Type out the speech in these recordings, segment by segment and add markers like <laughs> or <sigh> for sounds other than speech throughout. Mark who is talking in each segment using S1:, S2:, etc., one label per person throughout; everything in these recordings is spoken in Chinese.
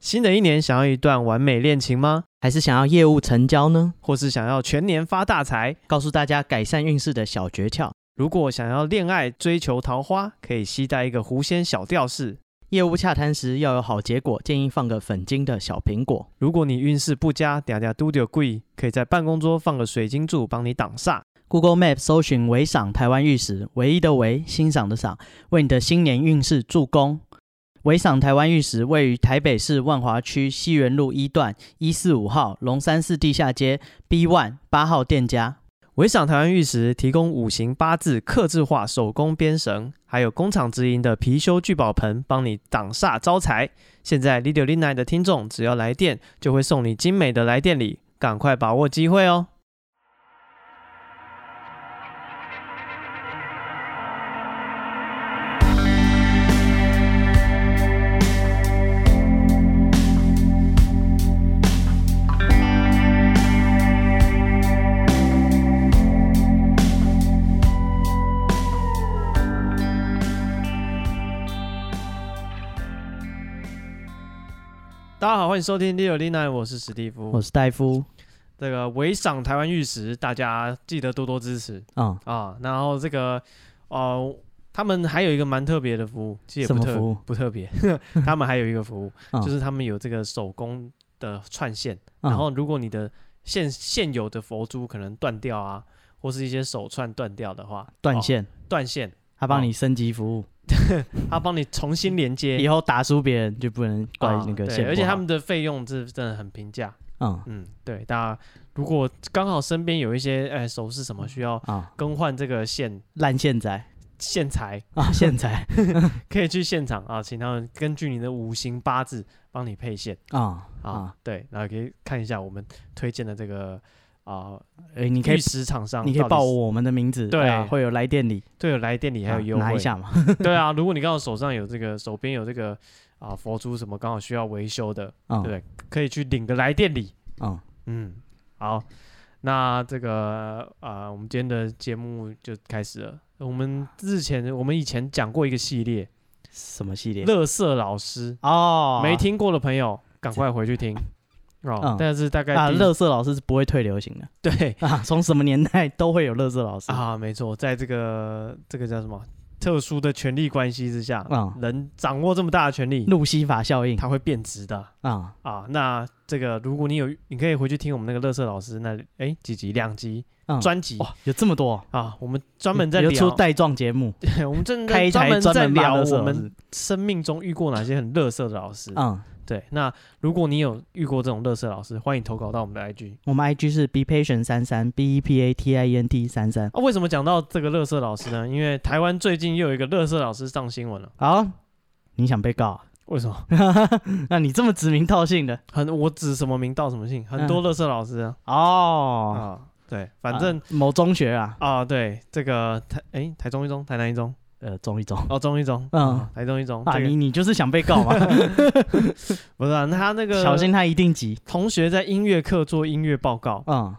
S1: 新的一年想要一段完美恋情吗？
S2: 还是想要业务成交呢？
S1: 或是想要全年发大财？
S2: 告诉大家改善运势的小诀窍。
S1: 如果想要恋爱、追求桃花，可以携带一个狐仙小吊饰。
S2: 业务洽谈时要有好结果，建议放个粉晶的小苹果。
S1: 如果你运势不佳，嗲嗲嘟丢贵，可以在办公桌放个水晶柱帮你挡煞。
S2: Google Map 搜寻“唯赏台湾玉石”，唯一的唯，欣赏的赏，为你的新年运势助攻。唯赏台湾玉石位于台北市万华区西园路一段一四五号龙山寺地下街 B One 八号店家。
S1: 唯赏台湾玉石提供五行八字刻制化手工编绳，还有工厂直营的貔貅聚宝盆，帮你挡煞招财。现在 l i d i o Lina 的听众只要来电，就会送你精美的来电礼，赶快把握机会哦！大家好，欢迎收听 l i d i o Lina，我是史蒂夫
S2: 我。是戴夫。
S1: 这个唯赏台湾玉石，大家记得多多支持
S2: 嗯，
S1: 啊！然后这个呃，他们还有一个蛮特别的服务，其实也不
S2: 什么服务
S1: 特不特别， <laughs> 他们还有一个服务，
S2: 嗯
S1: 就是他们有这个手工的串线。
S2: 嗯
S1: 然后如果你的现现有的佛珠可能断掉啊，或是一些手串断掉的话，
S2: 断
S1: 哦、
S2: 线，
S1: 断线，
S2: 他帮你升级服务，
S1: 他帮你重新连接。
S2: 以后打输别人就不能怪那个
S1: 啊对
S2: 线不好。
S1: 而且他们的费用是真的很平价。
S2: 嗯
S1: 嗯，对，大家如果刚好身边有一些呃首饰什么需要
S2: 啊
S1: 更换这个线
S2: 烂
S1: <laughs>
S2: 线仔
S1: 线材，
S2: 啊线仔
S1: 可以去现场啊，请他们根据你的五行八字帮你配线
S2: 啊
S1: 啊。
S2: 啊！
S1: 对，然后可以看一下我们推荐的这个啊、
S2: 哎，你可以
S1: 玉石厂商到
S2: 你
S1: 底
S2: 可
S1: 是，
S2: 以报我们的名字，
S1: 对
S2: 啊会有来电礼，
S1: 对，有来电礼还有
S2: 啊
S1: 优惠。
S2: 拿一下嘛。
S1: <laughs> 对啊，如果你刚好手上有这个，手边有这个啊佛珠什么，刚好需要维修的，
S2: 嗯
S1: 对可以去领个来电礼。
S2: 嗯，
S1: 嗯，好，那这个啊、呃我们今天的节目就开始了。我们之前我们以前讲过一个系列
S2: 什么
S1: “
S2: 系列？
S1: 乐色老师
S2: 哦”，，
S1: 没听过的朋友赶快回去听哦。
S2: 嗯
S1: 但是大概
S2: 啊，
S1: 第
S2: 乐色老师是不会退流行的
S1: 对
S2: <laughs> 啊，从什么年代都会有乐色老师啊。
S1: 啊，没错，在这个这个叫什么特殊的权力关系之下，
S2: 嗯
S1: 人掌握这么大的权力，
S2: 路西法效应
S1: 他会变质的。
S2: 啊，
S1: 啊，那这个如果你有，你可以回去听我们那个乐色老师那里，哎几集两集
S2: 嗯
S1: 专辑
S2: 哇，有这么多哦，
S1: 啊，我们专门在
S2: 有
S1: 聊，
S2: 出带状节目，
S1: 我们正
S2: 开
S1: 在
S2: 一
S1: 专
S2: 台
S1: 门
S2: 专
S1: 在
S2: 门骂
S1: 聊
S2: 乐色
S1: 我
S2: 老
S1: 们
S2: 师。
S1: 生命中遇过哪些很乐色的老师。
S2: 嗯，
S1: 对，那如果你有遇过这种乐色老师，欢迎投稿到我们的 IG
S2: 我们 IG 是 be patient 三三 b e p a t i e n t 三三。
S1: 啊。为什么讲到这个乐色老师呢？因为台湾最近又有一个乐色老师上新闻了。
S2: 好，你想被告啊？ <laughs>
S1: 为什么？
S2: 那你这么指名道姓的
S1: 很我指什么名道什么姓，很多乐色老师啊。
S2: 嗯哦，
S1: 啊对，反正
S2: 啊某中学啊，
S1: 啊对，这个台哎台中一中、台南一中。
S2: 呃，中一中
S1: 哦，中一中，
S2: 嗯
S1: 嗯，台中一中，
S2: 啊，
S1: 这个
S2: 你你就是想被告
S1: <laughs>
S2: 嘛？
S1: 不是啊？那他那个
S2: 小心他一定急。
S1: 同学在音乐课做音乐报告，
S2: 嗯，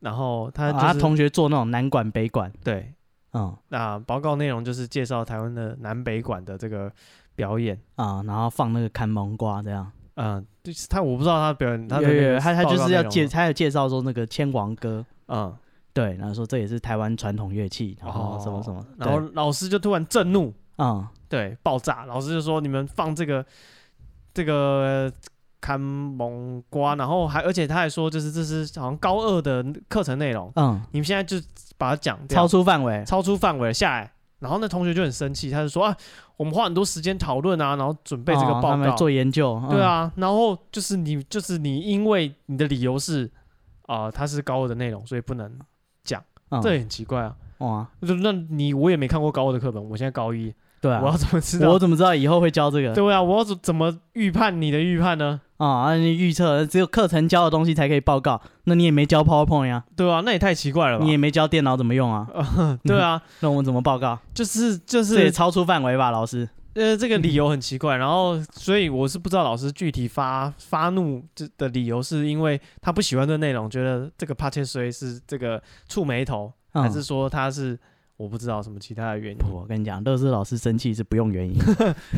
S1: 然后他
S2: 啊
S1: 就是、
S2: 他同学做那种南管北管，
S1: 对，
S2: 嗯
S1: 那报告内容就是介绍台湾的南北馆的这个表演，
S2: 啊，然后放那个看蒙瓜这样。
S1: 嗯，就是他我不知道他的表演，他的
S2: 有
S1: 那
S2: 有
S1: 个
S2: 有他他
S1: 报
S2: 就
S1: 告
S2: 是
S1: 内
S2: 要
S1: 容啊
S2: 介，
S1: 吗，
S2: 他有介绍说那个千王歌，
S1: 嗯，
S2: 对，然后说这也是台湾传统乐器，然后什么什么，
S1: 哦然后
S2: 对
S1: 老师就突然震怒，
S2: 嗯
S1: 对，爆炸，老师就说你们放这个这个。看蒙瓜，然后还而且他还说，就是这是好像高二的课程内容，
S2: 嗯，
S1: 你们现在就把它讲掉
S2: 超出范围，
S1: 超出范围了下来，然后那同学就很生气，他就说啊，我们花很多时间讨论啊，然后准备这个
S2: 哦
S1: 报告，
S2: 他们做研究，嗯
S1: 对，啊，然后就是你就是你，因为你的理由是啊、它是高二的内容，所以不能，
S2: 嗯
S1: 这也很奇怪啊。
S2: 哇，
S1: 就那你我也没看过高二的课本，我现在高一，
S2: 对
S1: 我要
S2: 啊，
S1: 怎么知
S2: 我
S1: 道？
S2: 怎么知道以后会教这个
S1: 对啊，我要怎怎么预判你的预判呢？
S2: 啊？啊，你预测只有课程教的东西才可以报告，那你也没教 PowerPoint 呀，
S1: 对啊，那也太奇怪了吧
S2: 你？也没教电脑怎么用啊，
S1: <laughs> 对啊，
S2: 那我们怎么报告？
S1: 就是就
S2: 这也
S1: 是
S2: 超出范围吧，老师？
S1: 呃，这个理由很奇怪，然后所以我是不知道老师具体发发怒这的理由，是因为他不喜欢这内容，觉得这个帕切虽是这个触眉头，
S2: 嗯
S1: 还是说他是我不知道什么其他的原因。
S2: 不我跟你讲，乐师老师生气是不用原因。
S1: <laughs>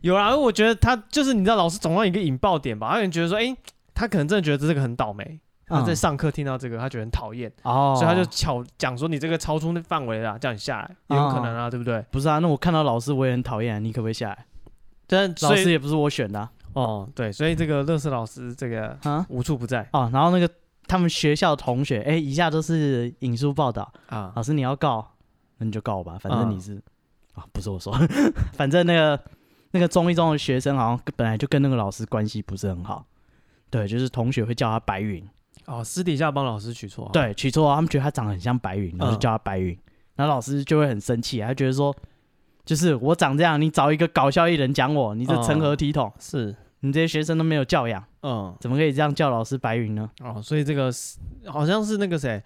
S1: 有啦，我觉得他就是你知道，老师总要有一个引爆点吧，他可能觉得说，哎、他可能真的觉得这个很倒霉。他在
S2: 嗯
S1: 上课听到这个，他觉得很讨厌，
S2: 哦，
S1: 所以他就巧讲说你这个超出那范围了啊，叫你下来，也有可能啊，对不对？
S2: 不是啊，那我看到老师我也很讨厌啊，你可不可以下来？
S1: 但
S2: 老
S1: 所
S2: 师
S1: 以
S2: 也不是我
S1: <laughs>
S2: 选的啊。
S1: 哦，对，所以这个乐视老师这个
S2: 啊
S1: 无处不在
S2: 哦，然后那个他们学校同学，哎，一下都是引述报道，
S1: 啊，
S2: 老师你要告，那你就告吧，反正
S1: 嗯
S2: 你是、啊，不是我说， <laughs> 反正那个那个中一中的学生好像本来就跟那个老师关系不是很好，对，就是同学会叫他白云，
S1: 哦，私底下帮老师取绰号，
S2: 对，取绰号，他们觉得他长得很像白云，然
S1: 嗯
S2: 后就叫他白云，然后老师就会很生气，他觉得说，就是我长这样，你找一个搞笑艺人讲我，你这成何体统？
S1: 是，
S2: 你这些学生都没有教养，
S1: 嗯，
S2: 怎么可以这样叫老师白云呢？
S1: 哦，所以这个是好像是那个谁，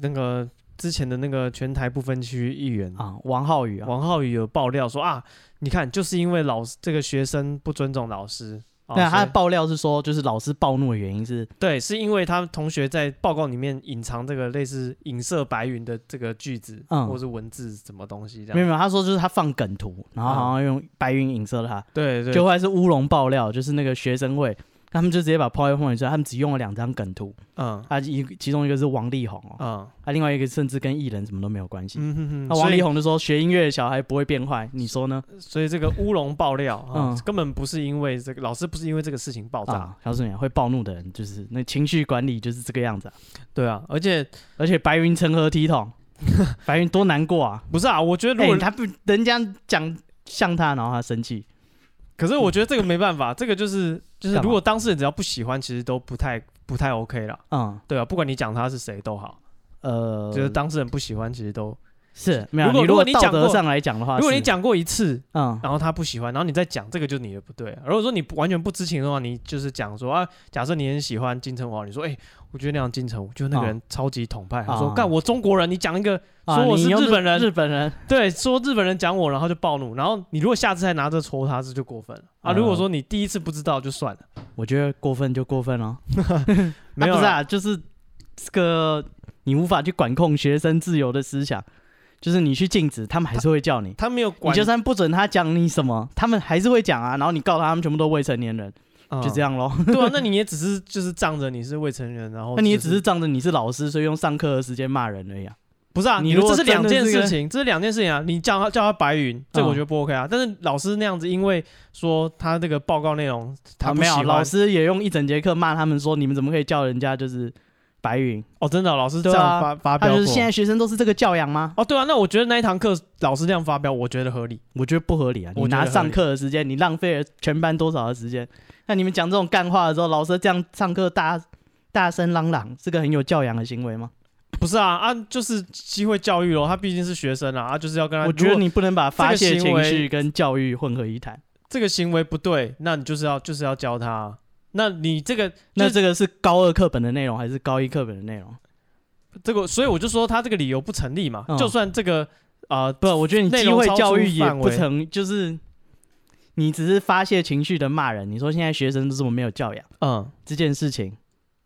S1: 那个之前的那个全台不分区议员
S2: 啊，王浩宇啊，
S1: 嗯王浩宇有爆料说啊，你看就是因为老师这个学生不尊重老师，哦
S2: 对啊，他
S1: 所以
S2: 的爆料是说，就是老师暴怒的原因是
S1: 对，是因为他同学在报告里面隐藏这个类似影射白云的这个句子，
S2: 嗯
S1: 或是文字什么东西这
S2: 没有
S1: 样。
S2: 没有，他说就是他放梗图，然后好像用白云影射了他，
S1: 对对，
S2: 就后来是乌龙爆料，就是那个学生会，他们就直接把 PowerPoint 出来，他们只用了两张梗图，
S1: 嗯
S2: 啊一其中一个是王力宏哦，
S1: 嗯
S2: 啊另外一个甚至跟艺人什么都没有关系。
S1: 嗯哼哼，
S2: 那王
S1: 所以
S2: 力宏就说学音乐的小孩不会变坏，你说呢？
S1: 所以这个乌龙爆料啊
S2: 嗯，
S1: 根本不是因为这个老师不是因为这个事情爆炸，
S2: 啊，告诉你啊，会暴怒的人就是那情绪管理就是这个样子、啊，
S1: 对啊，而且
S2: 而且白云成何体统？白云多难过啊！
S1: 不是啊，我觉得 <laughs> 如
S2: 哎、
S1: 果
S2: 他不人家讲像他，然后他生气，
S1: 可是我觉得这个没办法，这个就是就是
S2: 干嘛
S1: 如果当事人只要不喜欢，其实都不太不太 OK 了，
S2: 嗯
S1: 对啊，不管你讲他是谁都好，
S2: 呃，
S1: 就是当事人不喜欢，其实都
S2: 是没有啊。
S1: 如果
S2: 你
S1: 如果你
S2: 道
S1: 讲
S2: 德
S1: 过
S2: 上来讲的话，
S1: 如果你
S2: 啊是
S1: 讲啊过一次，
S2: 嗯
S1: 然后他不喜欢，然后你再讲这个就是你的不对啊、如果说你不完全不知情的话，你就是讲说啊，假设你很喜欢金城武好了，你说哎、我觉得那样金城武就是那个人超级统派，他说
S2: 啊
S1: 干我中国人，你讲一个
S2: 啊
S1: 说我是
S2: 你用
S1: 日本人
S2: 日本人
S1: 对，说日本人讲我，然后就暴怒，然后你如果下次还拿着戳他，这就过分了啊。
S2: 嗯
S1: 如果说你第一次不知道就算了，
S2: 我觉得过分就过分了，
S1: 没有
S2: 啊、不是
S1: 啦
S2: 啊，就是这个你无法去管控学生自由的思想，就是你去禁止，他们还是会叫你，
S1: 他没有
S2: 你
S1: 管，
S2: 就算不准他讲你什么，他们还是会讲啊，然后你告他，他们全部都未成年人，
S1: 嗯
S2: 就这，样咯。
S1: 对啊，那你也只是就是仗着你是未成年，然后
S2: <laughs> 那你也
S1: 就
S2: 只是仗着你是老师，所以用上课的时间骂人而已啊。
S1: 不是啊？
S2: 你
S1: 你
S2: 如果
S1: 这是两件
S2: 真的
S1: 事
S2: 是嗯
S1: 情，这是两件事情啊！你叫他叫他白云，这我觉得不 OK 啊。但是老师那样子，因为说他这个报告内容他
S2: 啊
S1: 不
S2: 没
S1: 喜
S2: 有，
S1: 欢，
S2: 老师也用一整节课骂他们说，你们怎么可以叫人家就是白云？
S1: 哦，真的哦、老师这
S2: 对啊
S1: 样发、发
S2: 他
S1: 飙
S2: 就
S1: 过，
S2: 是现在学生都是这个教养吗？
S1: 哦，对啊，那我觉得那一堂课老师这样发飙，我觉得合理。
S2: 我觉得不合理啊！你
S1: 我觉得
S2: 拿
S1: 合理
S2: 上课的时间，你浪费了全班多少的时间？那你们讲这种干话的时候，老师这样上课大大声嚷嚷，是个很有教养的行为吗？
S1: 不是啊啊，就是机会教育咯，他毕竟是学生啊，啊就是要跟他。
S2: 我觉得
S1: 如果
S2: 你不能把发泄
S1: 这
S2: 情
S1: 个行
S2: 绪
S1: 为
S2: 跟教育混合一谈。
S1: 这个行为不对，那你就是要就是要教他啊。那你这个
S2: 那
S1: 就是
S2: 这个是高二课本的内容还是高一课本的内容？
S1: 这个，所以我就说他这个理由不成立嘛。
S2: 嗯
S1: 就算这个啊、
S2: 不，我觉得你
S1: 内
S2: 机
S1: 容
S2: 会
S1: 超
S2: 教
S1: 出
S2: 育也
S1: 范
S2: 不
S1: 围
S2: 成，就是你只是发泄情绪的骂人。你说现在学生都这么没有教养，
S1: 嗯，
S2: 这件事情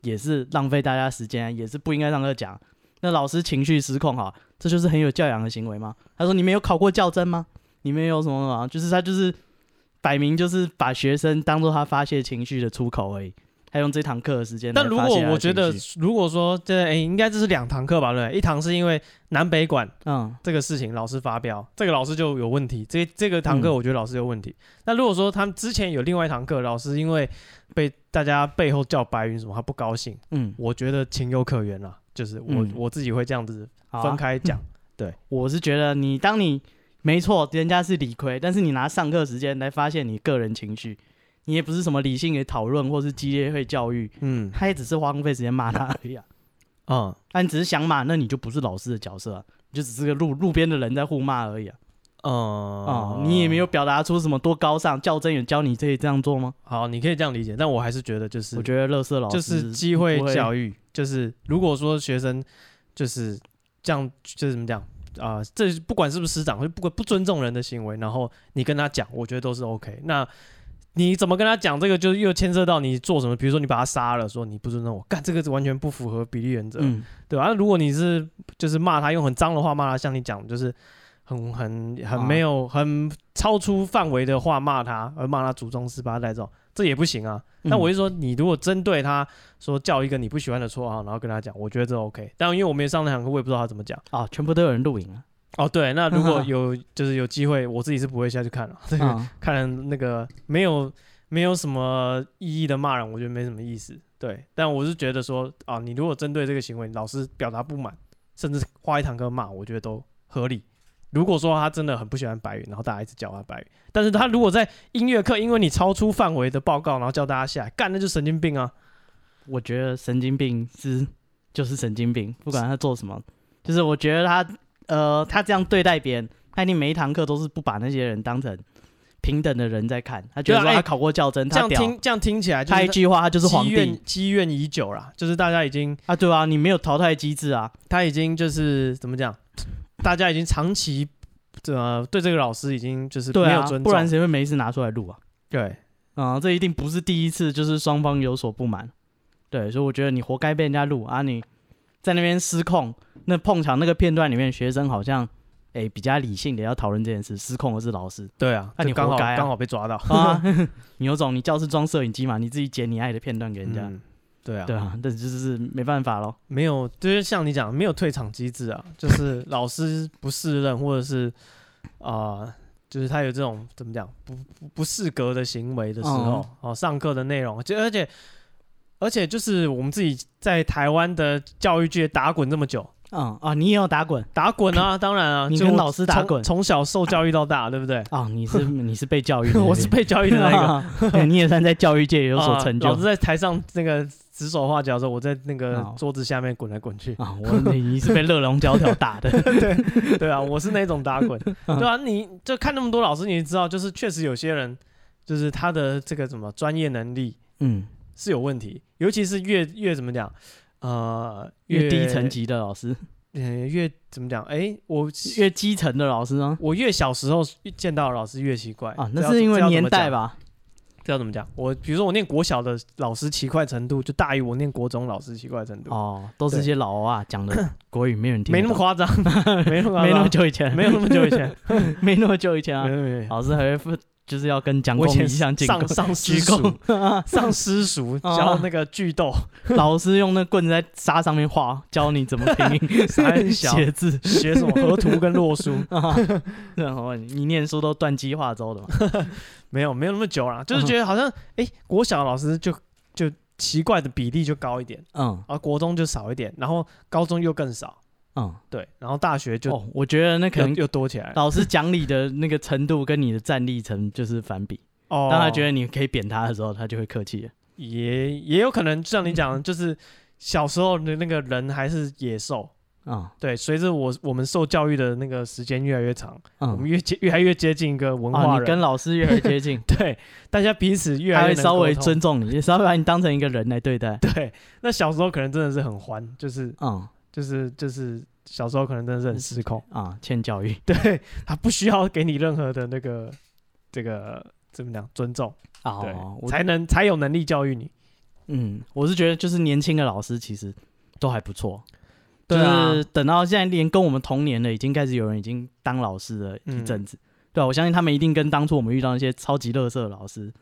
S2: 也是浪费大家时间啊，也是不应该让他讲。那老师情绪失控哈，这就是很有教养的行为吗？他说你们有考过教甄吗？你们有什么什么？就是他就是摆明就是把学生当做他发泄情绪的出口而已，他用这堂课的时间来
S1: 但如
S2: 发泄他的
S1: 果
S2: 啊情绪。
S1: 我觉得，如果说这诶、应该这是两堂课吧，对不对？一堂是因为南北馆
S2: 嗯，
S1: 这个事情老师发飙，这个老师就有问题。这这个堂课
S2: 嗯
S1: 我觉得老师有问题。那如果说他们之前有另外一堂课，老师因为被大家背后叫白云什么，他不高兴，
S2: 嗯，
S1: 我觉得情有可原啦。就是我、
S2: 嗯
S1: 我自己会这样子
S2: 好啊
S1: 分开讲。
S2: 我是觉得你当你没错，人家是理亏，但是你拿上课时间来发泄你个人情绪，你也不是什么理性的讨论或是激烈会教育，
S1: 嗯
S2: 他也只是荒废时间骂他而已啊。
S1: 嗯
S2: <laughs> 啊，你只是想骂，那你就不是老师的角色啊、你就只是个路路边的人在互骂而已啊。
S1: 哦
S2: 哦、你也没有表达出什么多高尚，较真有教你可以这样做吗？
S1: 好，你可以这样理解，但我还是觉得就是
S2: 我觉得乐色老
S1: 就
S2: 师
S1: 是机会
S2: 不会
S1: 教育，就是如果说学生就是这样，就是怎么讲啊、这不管是不是师长，或者不管不尊重人的行为，然后你跟他讲，我觉得都是 OK。那你怎么跟他讲这个，就又牵涉到你做什么，比如说你把他杀了，说你不尊重我，干这个完全不符合比例原则，
S2: 嗯，
S1: 对吧、啊如果你是就是骂他，用很脏的话骂他，像你讲就是很很很
S2: 啊
S1: 没有、很超出范围的话骂他，而骂他祖宗十八代这种，这也不行啊。那我
S2: 嗯
S1: 就说，你如果针对他说叫一个你不喜欢的绰号，然后跟他讲，我觉得这 OK。但因为我没有上那堂课，我也不知道他怎么讲。
S2: 哦，全部都有人录影 <laughs> 了，
S1: 哦，对，那如果有就是有机会，我自己是不会下去看了。这个、
S2: 嗯
S1: 看那个没有没有什么意义的骂人，我觉得没什么意思。对，但我是觉得说啊，你如果针对这个行为，老师表达不满，甚至花一堂课骂，我觉得都合理。如果说他真的很不喜欢白云，然后大家一直叫他白云，但是他如果在音乐课因为你超出范围的报告，然后叫大家下来，干那就神经病啊！
S2: 我觉得神经病是就是神经病，不管他做什么，就是我觉得他呃，他这样对待别人，他一定每一堂课都是不把那些人当成平等的人在看，他觉得
S1: 对啊
S2: 说他
S1: 哎
S2: 考过较真，
S1: 这
S2: 他
S1: 样
S2: 屌，
S1: 听这样听起来就是
S2: 他一句话他就是皇
S1: 积
S2: 帝
S1: 怨积怨已久啦，就是大家已经
S2: 啊，对啊，你没有淘汰机制啊，
S1: 他已经就是怎么讲，大家已经长期呃对这个老师已经就是
S2: 对
S1: 没有
S2: 啊
S1: 尊，重，
S2: 不然谁会没事拿出来录啊？
S1: 对
S2: 啊、这一定不是第一次，就是双方有所不满，对，所以我觉得你活该被人家录啊，你在那边失控，那碰巧那个片段里面学生好像哎、比较理性的要讨论这件事，失控的是
S1: <laughs>
S2: 老师。
S1: 对啊，
S2: 那
S1: 就
S2: 你
S1: 刚
S2: 活
S1: 好
S2: 该啊
S1: 刚好被抓到，
S2: 啊， <laughs> 你有种，你教室装摄影机嘛，你自己剪你爱的片段给人家，
S1: 嗯对啊，
S2: 对啊，这就是没办法咯。
S1: 没有就是像你讲没有退场机制啊， <laughs> 就是老师不适任或者是啊。呃就是他有这种怎么讲不不不适格的行为的时候，哦，上课的内容，就而且而且就是我们自己在台湾的教育界打滚这么久，
S2: 嗯啊，你也要打滚
S1: 打滚
S2: <laughs>
S1: 啊，当然啊，
S2: 你
S1: 就
S2: 跟
S1: 我
S2: 老师打
S1: 从
S2: 滚
S1: 从小受教育到大，对不
S2: <laughs>
S1: 对？
S2: 啊、
S1: <laughs>
S2: 你是你是被教育的，
S1: 我是被教育的那一个，
S2: <laughs> 那个，你也算在教育界有所成就
S1: 啊老师在台上那个指手画脚的时候，我在那个
S2: 哦。
S1: 桌子下面滚来滚去
S2: 啊，我你是被热龙胶条打的，
S1: <laughs> 对啊，我是那种打
S2: <laughs>
S1: 滚。
S2: 嗯
S1: 对啊，你就看那么多老师，你知道，就是确实有些人，就是他的这个什么专业能力
S2: 嗯，
S1: 是有问题，尤其是越越怎么讲，呃，
S2: 越低层，级的老师，
S1: 嗯，越怎么讲？哎，我
S2: 越基层的老师呢？
S1: 我越小时候见到的老师越奇怪
S2: 啊，那是因为年代
S1: 吧。
S2: 吧？
S1: 这要怎么讲？我比如说我念国小的老师奇怪程度，就大于我念国中老师奇怪程度，
S2: 哦，都是
S1: 对
S2: 些老欧啊，讲的
S1: <coughs>
S2: 国语没有人听
S1: 没
S2: 得
S1: 那么
S2: 懂，
S1: 夸张，没那么夸张啊
S2: 没那么，久以前，啊
S1: 没有那么久以前，
S2: <laughs> 没那么久以前
S1: 没
S2: 啊，
S1: 有没有。
S2: 老师还会就是要跟蒋
S1: 我以
S2: 公
S1: 前
S2: 一样进
S1: 上
S2: <laughs>
S1: 上私塾，上私塾
S2: 啊
S1: 教那个剧斗，
S2: <laughs> 老师用那棍子在沙上面画，教你怎么拼
S1: <laughs> 三
S2: 音、
S1: 小 <laughs>
S2: 写字。
S1: 学什么河图跟洛书，
S2: 啊，然后你念书都断机化州的嘛？
S1: <laughs> 没有没有那么
S2: <laughs> 嗯
S1: 久啦，就是觉得好像哎、诶国小老师就就奇怪的比例就高一点，
S2: 嗯
S1: 啊，国中就少一点，然后高中又更少，
S2: 嗯，
S1: 对，然后大学就
S2: 哦，我觉得那可
S1: 又
S2: 能哦
S1: 又多起来了，
S2: 老师讲理的那个程度跟你的战力程就是反比。
S1: 哦
S2: 当他觉得你可以扁他的时候，他就会客气了。
S1: 也也有可能，就像你讲的，
S2: 嗯
S1: 就是小时候的那个人还是野兽。
S2: 嗯
S1: 对，随着我我们受教育的那个时间越来越长，我们
S2: 嗯，
S1: 越接越来越接近一个文化
S2: 啊，你
S1: 人，，
S2: 跟老师越来越接近
S1: <laughs> 对大家彼此越
S2: 他
S1: 来越
S2: 会
S1: 能
S2: 稍微
S1: 沟通
S2: 尊重你，也稍微把你当成一个人来对
S1: <laughs>
S2: 待。
S1: 对。那小时候可能真的是很欢，就是
S2: 嗯
S1: 就是就是小时候可能真的是很失控，
S2: 啊，欠教育。
S1: 对他不需要给你任何的那个这个怎么讲尊重，对，
S2: 哦，我
S1: 才能才有能力教育你。
S2: 嗯，我是觉得就是年轻的老师其实都还不错，
S1: 对啊
S2: 就是等到现在连跟我们同年的已经开始有人已经当老师了一
S1: 嗯
S2: 阵子，对、啊、我相信他们一定跟当初我们遇到那些超级乐色的老师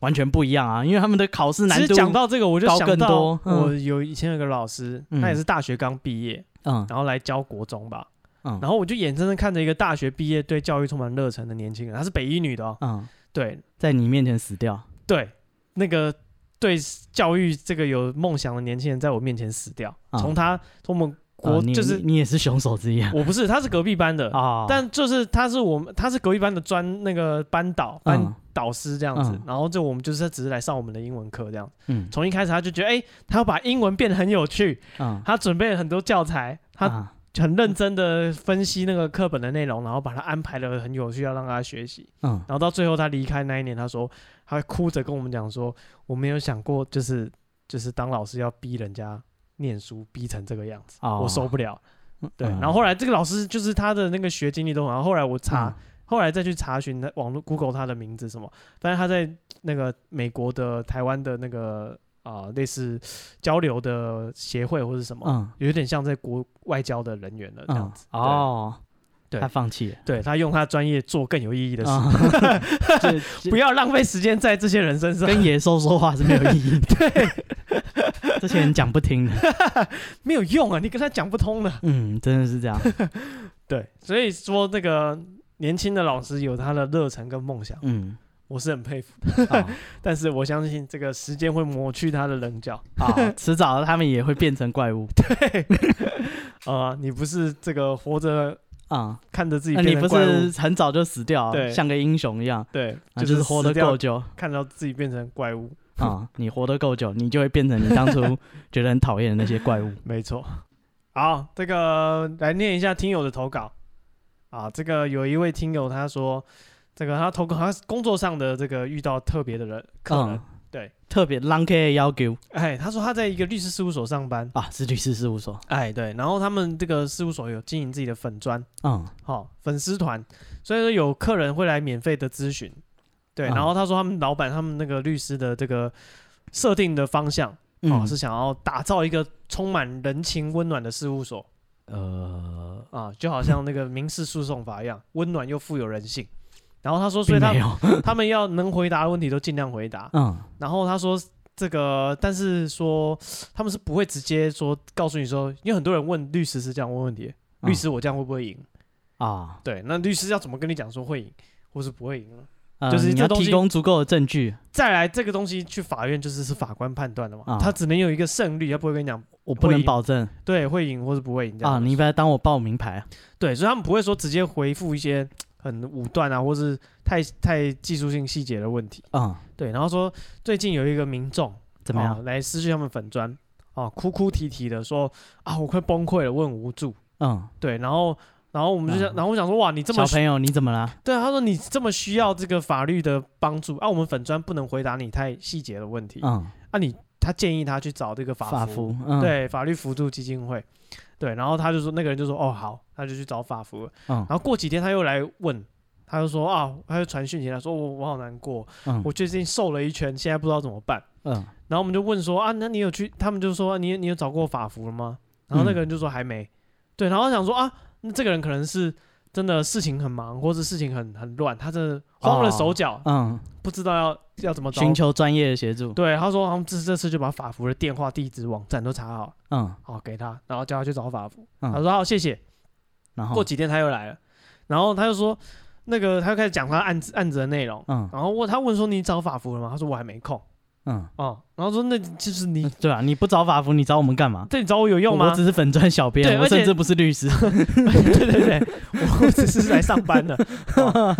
S2: 完全不一样啊，因为他们的考试
S1: 其
S2: 难
S1: 实
S2: 度
S1: 讲到这个，我就
S2: 高
S1: 想
S2: 更
S1: 到
S2: 多嗯
S1: 我有以前有个老师，
S2: 嗯
S1: 他也是大学刚毕业，
S2: 嗯
S1: 然后来教国中吧。
S2: 嗯
S1: 然后我就眼睁睁看着一个大学毕业对教育充满热忱的年轻人，她是北医女的哦，
S2: 嗯，
S1: 对
S2: 在你面前死掉，啊
S1: 对，那个对教育这个有梦想的年轻人在我面前死掉，
S2: 嗯
S1: 从他从我们
S2: 啊
S1: 国
S2: 你
S1: 就是
S2: 你你也是凶手之一啊，
S1: 我不是，他是隔壁班的。
S2: 啊
S1: <laughs> 但就是他是我们，他是隔壁班的专那个班导
S2: 嗯
S1: 班导师这样子，
S2: 嗯
S1: 然后就我们就是只是来上我们的英文课这样。
S2: 嗯
S1: 从一开始他就觉得，哎、他要把英文变得很有趣，
S2: 嗯，
S1: 他准备了很多教材，他
S2: 啊
S1: 很认真的分析那个课本的内容，然后把它安排的很有趣，要让大家学习。
S2: 嗯
S1: 然后到最后他离开那一年，他说他哭着跟我们讲说，我没有想过就是就是当老师要逼人家念书逼成这个样子，
S2: 哦
S1: 我受不了。对，
S2: 嗯嗯
S1: 然后后来这个老师就是他的那个学经历都很好，后来我查、后来再去查询它网络 Google 它的名字什么，但是它在那个美国的台湾的那个啊、类似交流的协会或是什么，
S2: 嗯，
S1: 有点像在国外交的人员了这样子。对，
S2: 哦，
S1: 对
S2: 他放弃了。
S1: 对他用他专业做更有意义的事，
S2: 啊， <laughs> 这这
S1: 不要浪费时间在这些人身上。
S2: 跟野兽说话是没有意义的。对， <laughs> 这些人讲不听的。
S1: <laughs> 没有用啊，你跟他讲不通的。
S2: 嗯，真的是这样。
S1: 对，所以说那个年轻的老师有他的热忱跟梦想，
S2: 嗯，
S1: 我是很佩服。
S2: 哦
S1: 但是我相信这个时间会抹去他的棱角。
S2: 哦，迟早他们也会变成怪物。
S1: 啊、你不是这个活着
S2: 啊，
S1: 看着自己
S2: 那
S1: 变
S2: 你
S1: 成
S2: 不
S1: 怪物，
S2: 是很早就死掉
S1: 对
S2: 了，像个英雄一样，
S1: 对，
S2: 啊
S1: 是
S2: 是活得
S1: 死掉
S2: 够久
S1: 看到自己变成怪物，
S2: 啊，你活得够久，你就会变成你当 <laughs> 初觉得很讨厌的那些怪物。
S1: 没错。好，这个来念一下听友的投稿啊。这个有一位听友他说，这个他投稿他工作上的这个遇到特别的人客人，
S2: 嗯，
S1: 对，
S2: 特别 lucky 的要求
S1: 哎，他说他在一个律师事务所上班，
S2: 啊，是律师事务所。
S1: 哎，对，然后他们这个事务所有经营自己的粉砖，
S2: 嗯，
S1: 好、粉丝团，所以说有客人会来免费的咨询，对，
S2: 嗯
S1: 然后他说他们老板他们那个律师的这个设定的方向，哦，
S2: 嗯，
S1: 是想要打造一个充满人情温暖的事务所
S2: 呃，
S1: 啊，就好像那个民事诉讼法一样，温暖又富有人性。然后他说，所
S2: 并
S1: 以他
S2: 没 <laughs> 有。
S1: 他们要能回答的问题都尽量回答，
S2: 嗯，
S1: 然后他说这个，但是说他们是不会直接说告诉你说，因为很多人问律师是这样问问题，律
S2: 嗯
S1: 师我这样会不会赢？
S2: 啊，
S1: 对，那律师要怎么跟你讲说会赢或是不会赢呢？
S2: 呃
S1: 就是
S2: 你
S1: 这
S2: 要
S1: 东西
S2: 提供足够的证据。
S1: 再来这个东西去法院就是是法官判断的嘛，
S2: 啊
S1: 他只能有一个胜率，他不会跟你讲
S2: 我不
S1: 会
S2: 能
S1: 赢
S2: 保证
S1: 对会赢或是不会赢这样
S2: 啊，
S1: 子
S2: 你把它当我报名牌啊。
S1: 对，所以他们不会说直接回复一些很武断啊，或是太太技术性细节的问题。
S2: 嗯，
S1: 对，然后说最近有一个民众
S2: 怎么
S1: 哦
S2: 样？
S1: 来失去他们粉砖哦，哭哭啼啼的说啊，我快崩溃了，我很无助。
S2: 嗯，
S1: 对，然后然后我们就想，
S2: 啊
S1: 然后我想说哇，你这么
S2: 小朋友你怎么了？
S1: 对啊，他说你这么需要这个法律的帮助啊，我们粉砖不能回答你太细节的问题、
S2: 嗯，
S1: 啊你。他建议他去找这个法
S2: 法
S1: 服
S2: 服。嗯，，
S1: 对法律辅助基金会，对，然后他就说那个人就说哦好，他就去找法服了，
S2: 嗯
S1: 然后过几天他又来问，他就说啊，他就传讯息来说我我好难过，
S2: 嗯
S1: 我最近瘦了一圈，现在不知道怎么办。
S2: 嗯
S1: 然后我们就问说啊，那你有去？他们就说啊你你有找过法服了吗？然后
S2: 嗯
S1: 那个人就说还没。对，然后想说啊，那这个人可能是真的事情很忙，或是事情很很乱，他真的慌了手脚，
S2: 嗯，
S1: 不知道要要怎么找
S2: 寻。求专业的协助。
S1: 对，他说他们这这次就把法服的电话、地址、网站都查好，
S2: 嗯
S1: 好给他，然后叫他去找法服。
S2: 嗯哦
S1: 他说好，谢谢。
S2: 然后
S1: 过几天他又来了，然后他就说那个他就开始讲他案子案子的内容，
S2: 嗯
S1: 然后问他问说你找法服了吗？他说我还没空。
S2: 嗯，
S1: 哦，然后说那就是你
S2: 嗯对啊，你不找法服，你找我们干嘛？
S1: 这你找我有用吗？
S2: 我只是粉砖小
S1: 对
S2: 编，
S1: 而
S2: 我
S1: 且
S2: 甚至不是
S1: <laughs>
S2: 律师， <laughs>
S1: 对对对， <laughs> 我只是来上班的，哦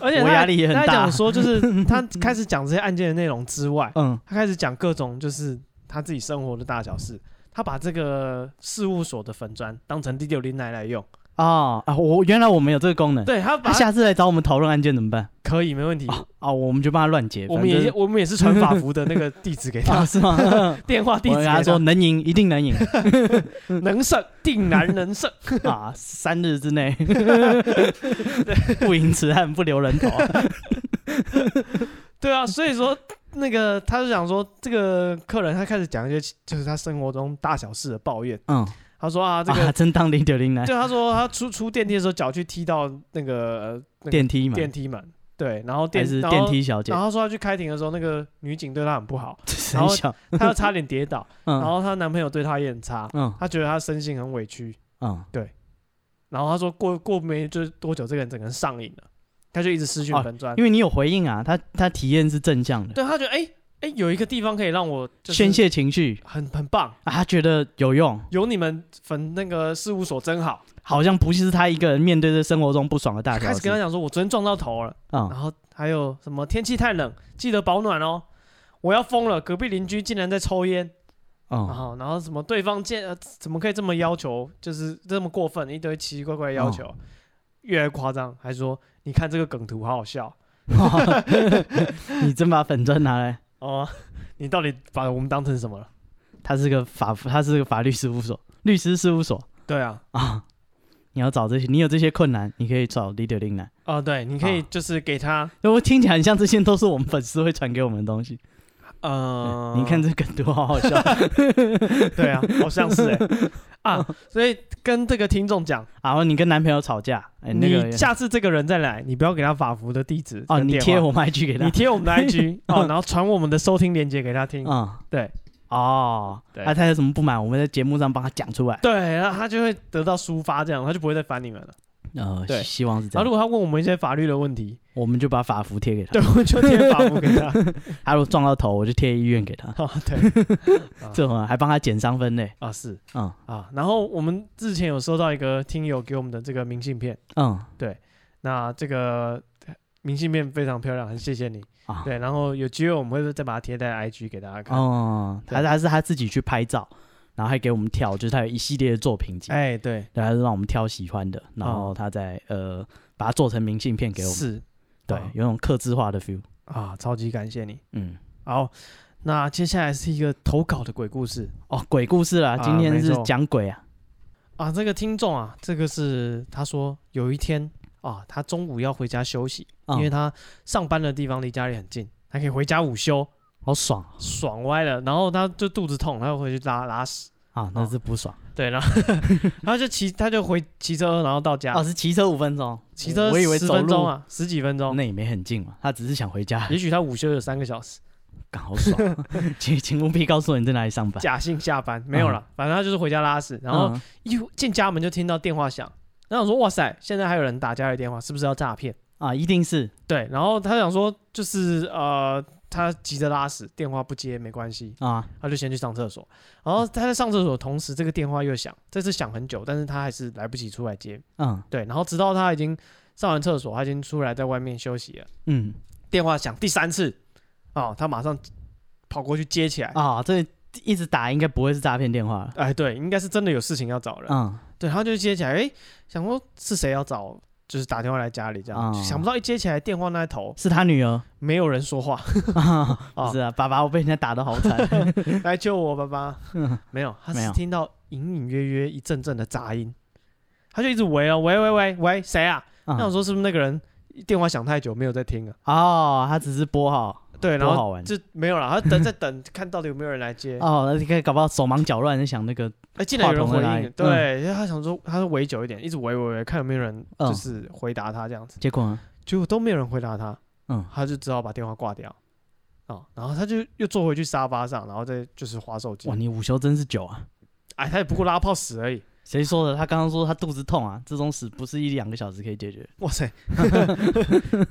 S1: 而且他
S2: 我压力也很大
S1: 他还讲说，
S2: <laughs>
S1: 就是他开始讲这些案件的内容之外，
S2: 嗯
S1: 他开始讲各种就是他自己生活的大小事。他把这个事务所的粉砖当成第六零奶来用，
S2: 哦啊，我原来我们有这个功能，
S1: 对他把
S2: 嗯他
S1: 它
S2: 下次来找我们讨论案件怎么办？
S1: 可以没问题。
S2: 啊啊，我们就帮他乱结，
S1: 我们
S2: 反
S1: 也
S2: 正
S1: 我们也是传法服的那个地址给 <laughs>
S2: <laughs> 啊
S1: 他，
S2: 是吗？我
S1: 电话地址啊
S2: 跟
S1: 给
S2: 他
S1: 他
S2: 说能赢，一定
S1: <laughs>
S2: 能赢
S1: 能胜，定然能胜。
S2: 啊，三日之内不赢此案不留人头。
S1: 对啊，所以说那个他就想说，这个客人他开始讲一些就是他生活中大小事的抱怨。
S2: 嗯，
S1: 他说啊，这个、
S2: 啊，真当零九 <laughs> 零来
S1: 就他说他出出电梯的时候脚去踢到那个、呃那个
S2: 电梯嘛，
S1: 电梯门，对，然后
S2: 还
S1: 电
S2: 是
S1: 然
S2: 电
S1: 后
S2: 梯小姐
S1: 然，后他说他去开庭的时候，那个女警对他很不
S2: <laughs>
S1: 好，然
S2: 很
S1: 后
S2: 小，
S1: 他又差点跌倒，然
S2: 嗯
S1: 后她男朋友对她也很差，
S2: 嗯
S1: 她觉得她身心很委屈，
S2: 嗯，
S1: 然后他说过过没就是多久，这个人整个人上瘾了，他就一直失去
S2: 哦
S1: 本专，
S2: 因为你有回应啊，他他体验是正向的，
S1: 对他觉得哎哎有一个地方可以让我就是
S2: 宣泄情绪
S1: 很很棒，
S2: 啊，他觉得有用，
S1: 有你们粉那个事务所真好，
S2: 好像不是他一个人面对这生活中不爽的大小
S1: 开始
S2: 事
S1: 跟他讲说我昨天撞到头了。
S2: 啊
S1: 然后还有什么天气太冷，记得保暖哦。我要疯了，隔壁邻居竟然在抽烟，然
S2: 啊
S1: 后然后什么对方见、呃、怎么可以这么要求，就是这么过分，一堆奇奇怪怪的要
S2: 啊
S1: 求，越来越夸张，还说你看这个梗图好好笑啊
S2: <laughs> 你真把粉砖拿来，
S1: 哦， <laughs> 你到底把我们当成什么了？
S2: 他是个法，他是个法律事务所，律师事务所
S1: 对啊，
S2: 啊， <laughs> 你要找这些，你有这些困难，你可以找 Leader 令来。
S1: 哦，对，你可以
S2: 好
S1: 就是给他，
S2: 因为听起来很像这些都是我们粉丝会传给我们的东西。
S1: 呃，
S2: 你看这梗多好好笑
S1: <laughs> 对啊，好像是哎、
S2: <laughs>
S1: 啊，所以跟这个听众讲，
S2: 然后你跟男朋友吵架，哎、那个
S1: 你下次这个人再来，你不要给他法服的地址
S2: 哦，
S1: 跟
S2: 你
S1: 电话
S2: 贴我们 IG 给他
S1: 你，贴我们的 IG
S2: <laughs>
S1: 哦，
S2: 嗯
S1: 然后传我们的收听链接给他听，
S2: 嗯，
S1: 对，
S2: 哦，
S1: 对
S2: 啊，他有什么不满，我们在节目上帮他讲出来。
S1: 对，然后他就会得到抒发，这样他就不会再烦你们了。
S2: 呃，
S1: 对
S2: 希望是这
S1: 然后如果
S2: 样。
S1: 他问我们一些法律的问题， <laughs>
S2: 我们就把法服贴给他，
S1: 对，我就贴法服给
S2: <laughs>
S1: 他。
S2: 他如果撞到头，我就贴医院给他。
S1: 啊，
S2: <laughs>
S1: 对
S2: 这种啊还帮他减伤分类。
S1: 啊是
S2: 嗯
S1: 啊，然后我们之前有收到一个听友给我们的这个明信片，
S2: 嗯
S1: 那这个明信片非常漂亮，很谢谢你。
S2: 啊
S1: 对，然后有机会我们会再把它贴在 IG 给大家看。
S2: 哦，他
S1: 对
S2: 他是他自己去拍照，然后还给我们挑，就是他有一系列的作品集，
S1: 哎，对，
S2: 然后让我们挑喜欢的，然后他再呃把它做成明信片给我们。
S1: 哦是
S2: 对
S1: 哦，
S2: 有种刻字化的 feel。
S1: 啊，超级感谢你。
S2: 嗯，
S1: 好，那接下来是一个投稿的鬼故事
S2: 哦，鬼故事啦，
S1: 啊
S2: 今天
S1: 没
S2: 是
S1: 错
S2: 讲鬼啊。
S1: 啊。这个听众啊，这个是他说有一天啊，他中午要回家休息，
S2: 嗯
S1: 因为他上班的地方离家里很近，他可以回家午休，
S2: 好爽啊
S1: 爽歪了。然后他就肚子痛，他就回去拉拉屎。
S2: 啊，
S1: 哦
S2: 那是不爽。
S1: 对，然后 <laughs> 他就骑，他就回骑车，然后到家
S2: 哦，，是骑车五分钟，
S1: 骑车
S2: 我以为
S1: 十
S2: 走
S1: 分钟
S2: 路，嗯
S1: 啊，十几分钟。
S2: 那也没很近嘛，他只是想回家，
S1: 也许他午休有三个小
S2: <laughs>
S1: 时，
S2: 干好爽啊。 <laughs> 请请务必告诉我你在哪里上班。
S1: 假性下班没有了，反正他就是回家拉屎，然后
S2: 嗯
S1: 一进家门就听到电话响，然后我说哇塞，现在还有人打家里电话，是不是要诈骗？
S2: 啊，一定是
S1: 对，然后他想说就是呃，他急着拉屎，电话不接没关系，
S2: 啊，
S1: 他就先去上厕所，然后他在上厕所的同时，这个电话又响，这次响很久，但是他还是来不及出来接，
S2: 嗯
S1: 对，然后直到他已经上完厕所，他已经出来在外面休息了，
S2: 嗯
S1: 电话响第三次，哦，他马上跑过去接起来，
S2: 啊，这一直打应该不会是诈骗电话了。
S1: 哎，对，应该是真的有事情要找人，
S2: 嗯
S1: 对，他就接起来，哎、想说是谁要找，就是打电话来家里这样，
S2: 哦
S1: 就想不到一接起来电话那头
S2: 是他女儿， <laughs>
S1: 没有人说话，
S2: 啊
S1: <laughs> 哦
S2: 不是啊，爸爸，我被人家打的
S1: <laughs>
S2: 好惨。嗯
S1: 来救我爸
S2: <laughs>
S1: 爸，没有，他
S2: 没
S1: 是
S2: 有
S1: 听到隐隐约约一阵阵的杂音，他就一直喂啊喂喂喂喂，谁啊？那我
S2: 嗯
S1: 说是不是那个人电话响太久没有在听啊？
S2: 哦，他只是拨号
S1: 对，然
S2: 多
S1: 后
S2: 好玩
S1: 就没有了，他等在等 <coughs> 看到底有没有人来接，哎、哎
S2: 哦，你可以搞不好手忙脚乱在想那个
S1: 竟然有人
S2: 话筒
S1: 回
S2: 在哪里
S1: 应，对，因为他想说他说喂久一点，一直喂喂喂，看有没有人就
S2: 嗯
S1: 是回答他这样子。
S2: 结果呢，
S1: 结果都没有人回答他，
S2: 嗯
S1: 他就只好把电话挂掉，哦，然后他就又坐回去沙发上，然后再就是划手机
S2: 哇，，你午休真是久啊！
S1: 哎，他也不过拉泡屎而已，
S2: 谁说的？他刚刚说他肚子痛啊，这种屎不是一两个小时可以解决。
S1: 哇塞，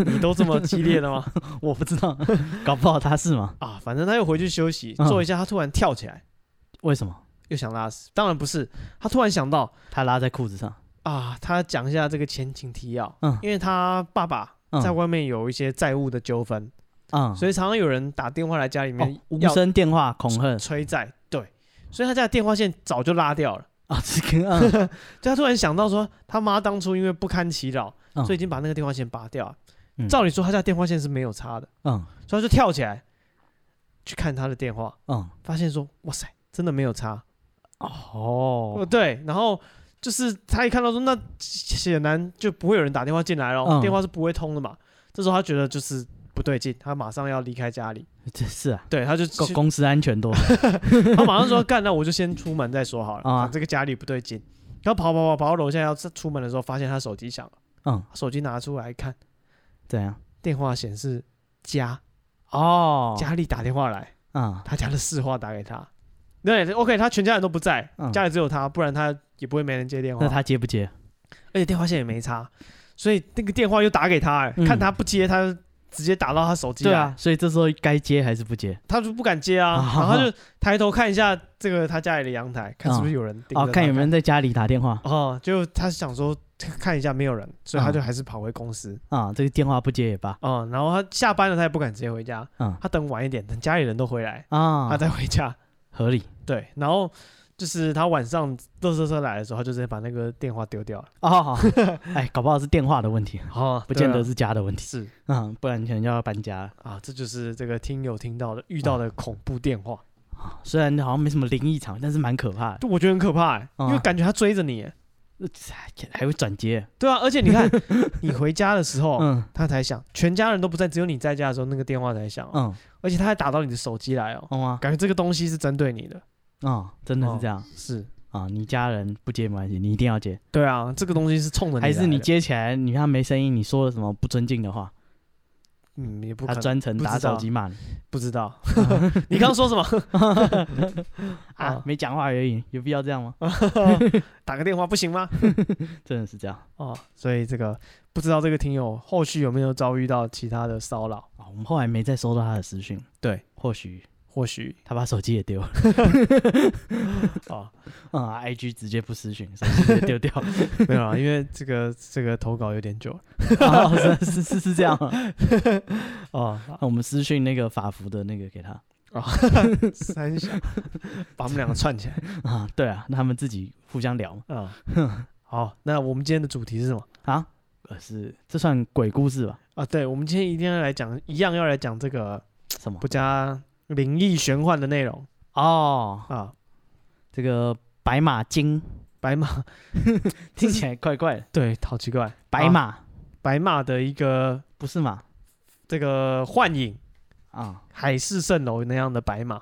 S1: 你都这么激烈的吗？
S2: 我不知道，搞不好他是吗？
S1: <laughs> 啊，反正他又回去休息，
S2: 嗯
S1: 坐一下，他突然跳起来，
S2: 为什么
S1: 又想拉屎，当然不是，他突然想到
S2: 他拉在裤子上？
S1: 啊，他讲一下这个前情提要，
S2: 嗯
S1: 因为他爸爸
S2: 嗯
S1: 在外面有一些债务的纠纷，
S2: 嗯，
S1: 所以常常有人打电话来家里面
S2: 哦无
S1: 要
S2: 声电话
S1: <laughs>
S2: 恐吓
S1: 催债，对，所以他家的电话线早就拉掉了。
S2: 啊，这个嗯
S1: <laughs> 就他突然想到说，他妈当初因为不堪其扰，
S2: 嗯
S1: 所以已经把那个电话线拔掉了。
S2: 嗯
S1: 照理说，他家电话线是没有插的，
S2: 嗯
S1: 所以他就跳起来去看他的电话，
S2: 嗯
S1: 发现说，哇塞，真的没有插。哦，
S2: 哦
S1: 对，然后就是他一看到说，那显然就不会有人打电话进来咯，
S2: 嗯
S1: 电话是不会通的嘛。这时候他觉得就是不对劲，他马上要离开家里，
S2: 这是啊，
S1: 对，他就
S2: 公公司安全多
S1: <laughs> 他马上说，干，那我就先出门再说好了，
S2: 啊
S1: 啊，这个家里不对劲。然后跑跑跑跑到楼下要出门的时候，发现他手机响了。
S2: 嗯
S1: 手机拿出来看，
S2: 怎样？
S1: 电话显示家
S2: 哦
S1: 家里打电话来，
S2: 啊
S1: 他家的市话打给他。对，OK，他全家人都不在，
S2: 嗯
S1: 家里只有他，不然他也不会没人接电话。
S2: 那他接不接？
S1: 而且电话线也没插，所以那个电话又打给他、哎
S2: 嗯
S1: 看他不接，他就直接打到他手机。
S2: 对啊，，所以这时候该接还是不接？
S1: 他就不敢接啊，
S2: 啊
S1: 然后他就抬头看一下这个他家里的阳台，看是不是有人盯着他
S2: 哦，看有没有人在家里打电话
S1: 哦，就他想说看一下没有人，所以他
S2: 嗯
S1: 就还是跑回公司。
S2: 啊，这个电话不接也罢
S1: 哦、然后他下班了，他也不敢直接回家，
S2: 嗯
S1: 他等晚一点，等家里人都回来，他
S2: 啊，
S1: 再回家。
S2: 合理
S1: 对，然后就是他晚上乐色车来的时候，他就直接把那个电话丢掉了。
S2: 哦，哎，搞不好是电话的问题，
S1: 哦，
S2: 不见得
S1: 是、
S2: 是家的问题，
S1: 是
S2: 嗯，不然可能要搬家了。
S1: 啊，这就是这个听友听到的遇
S2: 啊
S1: 到的恐怖电话，
S2: 虽然好像没什么灵异场，但是蛮可怕的。
S1: 就我觉得很可怕、欸，因为
S2: 嗯
S1: 感觉他追着你、欸，
S2: 还会转接，
S1: 对啊，而且
S2: <laughs>
S1: 你看，你回家的时候，
S2: 嗯
S1: 他才响，全家人都不在，只有你在家的时候，那个电话才响、哦，
S2: 嗯，
S1: 而且他还打到你的手机来哦，
S2: 好吗？
S1: 感觉这个东西是针对你的，
S2: 嗯，真
S1: 哦
S2: 的是这样
S1: 是，
S2: 啊，你家人不接没关系，你一定要接，
S1: 对啊，这个东西是冲着你
S2: 还是你
S1: 来的，
S2: 接起来，你看没声音，你说了什么不尊敬的话，
S1: 嗯，也不
S2: 他
S1: 可能
S2: 专程
S1: 不知
S2: 打手
S1: 道
S2: 机
S1: <laughs>
S2: 骂你
S1: 不知
S2: <laughs>
S1: 道，你刚刚说什么？
S2: 啊
S1: 啊，
S2: 没讲话而已，有必要这样吗？ <laughs>
S1: <laughs> 打个电话不行吗？
S2: 真的是这样
S1: 哦，所以这个不知道这个听友后续有没有遭遇到其他的骚扰？
S2: 啊，我们后来没再收到他的私讯，
S1: 对，
S2: 或许
S1: 或许
S2: 他把手机也丢了，
S1: 哦，
S2: 嗯啊，IG 直接不私讯，手机直接丢掉， <laughs>
S1: <laughs> 没有啊，因为这个这个投稿有点久了
S2: 啊是是是是这样啊，
S1: 哦，
S2: 那我们私讯那个法服的那个给他
S1: 啊， <laughs> 三 <laughs> 小，把我们两个串起来
S2: 啊，对啊，那他们自己互相聊嘛
S1: 啊。好，那我们今天的主题是什么
S2: 啊，呃是这算鬼故事吧？
S1: 啊？对，我们今天一定要来讲，一样要来讲这个
S2: 什么
S1: 不？加灵异玄幻的内容
S2: 哦，
S1: 啊。
S2: 这个白马精
S1: 白马，
S2: 听起来怪怪的，
S1: <laughs> 对，好奇怪，
S2: 白
S1: 啊
S2: 马、
S1: 白马的一个
S2: 不是马
S1: 这个幻影
S2: 啊，
S1: 海市蜃楼那样的白马，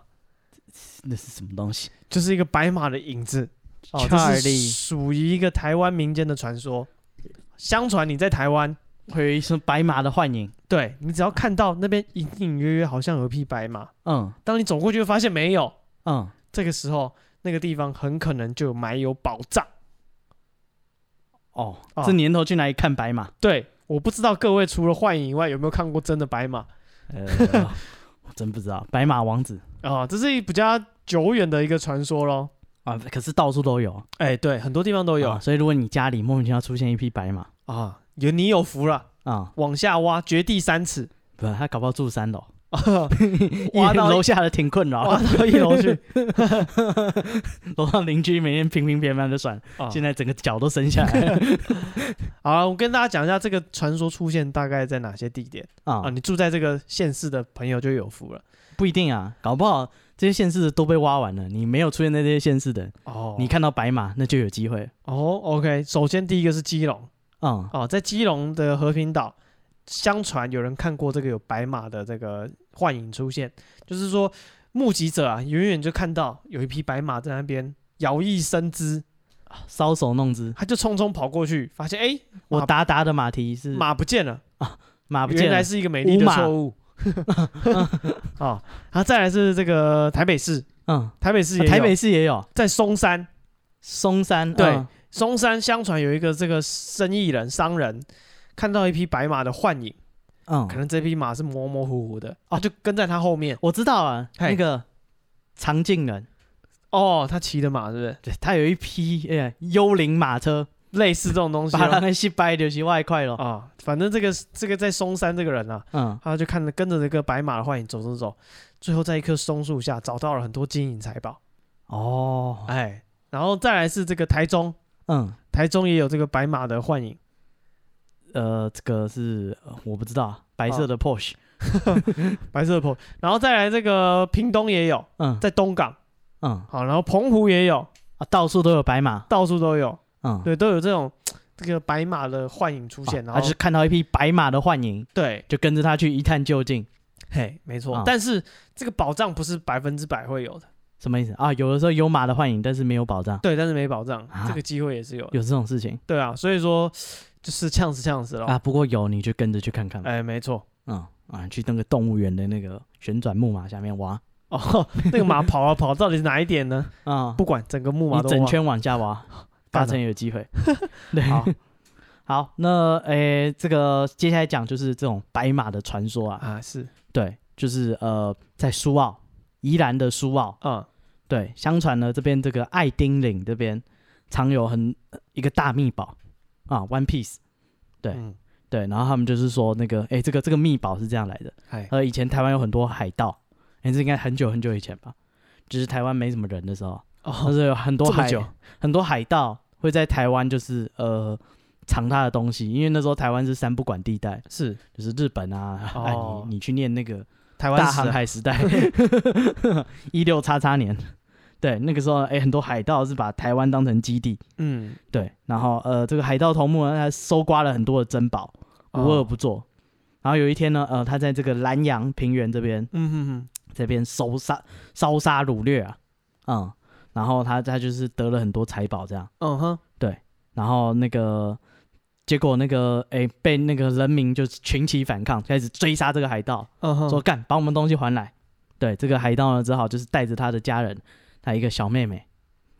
S2: 那是什么东西？
S1: 就是一个白马的影子。哦，这是
S2: Charlie
S1: 属于一个台湾民间的传说。相传你在台湾，
S2: 会有一声白马的幻影，
S1: 对你只要看到那边隐隐约约好像有一匹白马，
S2: 嗯
S1: 当你走过去会发现没有，
S2: 嗯，
S1: 这个时候那个地方很可能就埋有宝藏。
S2: 哦，
S1: 哦
S2: 这年头去哪里看白马？
S1: 对，我不知道各位除了幻影以外有没有看过真的白马
S2: 呃， <laughs> 我真不知道，白马王子
S1: 啊、这是一比较久远的一个传说咯。
S2: 啊，可是到处都有，
S1: 哎，对，很多地方都有
S2: 啊
S1: 啊
S2: 所以如果你家里莫名其妙出现一匹白马
S1: 有你有福了，
S2: 啊，
S1: 往下挖，掘地三尺， <laughs>
S2: 不，他搞不好住三楼，
S1: 挖到
S2: 楼下的挺困扰，
S1: 挖到一楼去。
S2: 楼上邻居每天平平平平的算，
S1: 啊
S2: 现在整个脚都伸下来了
S1: 好了，我跟大家讲一下这个传说出现大概在哪些地点啊、
S2: 啊，
S1: 你住在这个县市的朋友就有福了
S2: 不一定啊，搞不好这些县市的都被挖完了，你没有出现在这些县市的，
S1: 哦
S2: 你看到白马那就有机会。
S1: 哦，OK，首先第一个是基隆
S2: 嗯，
S1: 哦，在基隆的和平岛，相传有人看过这个有白马的这个幻影出现，就是说目击者啊，远远就看到有一匹白马在那边摇曳生姿，
S2: 搔首弄姿，
S1: 他就匆匆跑过去，发现哎、
S2: 我
S1: 马
S2: 达达的马蹄是
S1: 马不见了，
S2: 嗯马不
S1: 原
S2: 见
S1: 来
S2: 了，
S1: 是一个美丽的
S2: 无马
S1: 错误。 <laughs> 哦，然后再来是这个台北市，
S2: 嗯，
S1: 台北市也有、
S2: 台北市也有
S1: 在松山。
S2: 松山，
S1: 对
S2: 嗯
S1: 松山相传有一个这个生意人商人，看到一匹白马的幻影，可
S2: 嗯，
S1: 能这匹马是模模糊糊的，
S2: 哦
S1: 他就跟在他后面。
S2: 我知道啊，
S1: 嘿
S2: 那个常进人，
S1: 哦，他骑的马是不是
S2: 对他有一匹哎幽灵马车，
S1: 类似这种东西
S2: 把 <laughs> 他
S1: 哦？
S2: 那些掰就是外快
S1: 啊、
S2: 了，
S1: 反正这个这个在松山这个人啊，
S2: 嗯，
S1: 他就看着跟着这个白马的幻影走走走，最后在一棵松树下找到了很多金银财宝。
S2: 哦，
S1: 哎，然后再来是这个台中，
S2: 嗯，
S1: 台中也有这个白马的幻影。
S2: 呃，这个是呃我不知道，白色的
S1: 哦
S2: Porsche，
S1: 白色的棚，然后再来这个屏东也有，
S2: 嗯
S1: 在东港，
S2: 嗯
S1: 好，然后澎湖也有，
S2: 啊，到处都有白马，
S1: 到处都有。
S2: 嗯，
S1: 对，都有这种这个白马的幻影出现，然
S2: 啊他
S1: 后
S2: 就是看到一匹白马的幻影，
S1: 对，
S2: 就跟着他去一探究竟，
S1: 嘿，没错。
S2: 啊
S1: 但是这个保障不是百分之百会有的，
S2: 什么意思啊？有的时候有马的幻影，但是没有保障，
S1: 对，但是没保障，
S2: 啊
S1: 这个机会也是有的，
S2: 有这种事情
S1: 对啊，所以说就是呛死呛死了。
S2: 啊。不过有你就跟着去看看吧，
S1: 哦哎，没错。
S2: 嗯啊，去那个动物园的那个旋转木马下面挖
S1: 哦，那个马跑啊跑，到底是哪一点呢？
S2: 啊，
S1: 不管整个哎木马
S2: 你
S1: 都
S2: 整
S1: 忘
S2: 圈往下挖，八
S1: 干
S2: 成
S1: <laughs>
S2: 有机会。对，
S1: 好
S2: 好，那诶，这个接下来讲就是这种白马的传说啊，
S1: 啊，是
S2: 对，就是呃，在苏澳，宜兰的苏澳，
S1: 啊，
S2: 对，相传呢这边这个爱丁岭这边藏有很呃一个大秘宝啊，One Piece。对
S1: 嗯，
S2: 对，然后他们就是说那个，诶，这个这个秘宝是这样来的。
S1: 嗨，
S2: 呃，以前台湾有很多海盗，诶，这应该很久很久以前吧，就是台湾没什么人的时候，就
S1: 哦，
S2: 是有很多
S1: 这么
S2: 海
S1: 久
S2: 很多海盗会在台湾就是呃藏他的东西，因为那时候台湾是三不管地带，
S1: 是
S2: 就是日本啊，
S1: 哦
S2: 哎你你去念那个
S1: 台湾 <laughs>
S2: 大
S1: 史
S2: 航
S1: 啊
S2: 海时代，一六叉叉年，对，那个时候哎、很多海盗是把台湾当成基地，
S1: 嗯，
S2: 对，然后呃，这个海盗头目呢，他搜刮了很多的珍宝，无恶
S1: 哦，
S2: 不作。然后有一天呢，呃，他在这个南洋平原这边
S1: 嗯哼哼，
S2: 这边搜杀、烧杀掳掠啊，嗯，然后他他就是得了很多财宝这样，
S1: 嗯哼，
S2: 然后那个结果那个哎被那个人民就群起反抗，开始追杀这个海盗，
S1: 嗯哼，
S2: 说干把我们东西还来。对，这个海盗呢只好就是带着他的家人，他一个小妹妹，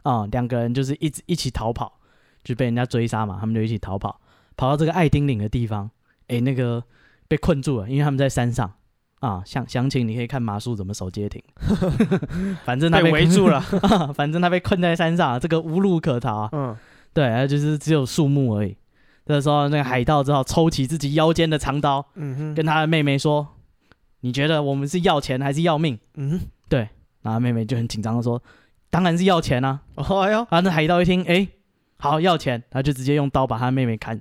S2: 啊、两个人就是一直一起逃跑，就被人家追杀嘛，他们就一起逃跑，跑到这个爱丁岭的地方，诶，那个被困住了，因为他们在山上啊，详详情你可以看马术怎么守街亭， <laughs> 反正他
S1: 被围住了，
S2: 了， <laughs> 反正他被困在山上，这个无路可逃啊，
S1: 嗯，
S2: 对，他就是只有树木而已。这时候那个海盗只好抽起自己腰间的长刀，
S1: 嗯哼，
S2: 跟他的妹妹说：“你觉得我们是要钱还是要命
S1: 嗯，？”
S2: 然后妹妹就很紧张的说：“当然是要钱啊
S1: 哦
S2: <laughs>
S1: 哎！”呦，
S2: 然后那海盗一听，哎、好要钱，他就直接用刀把他妹妹砍。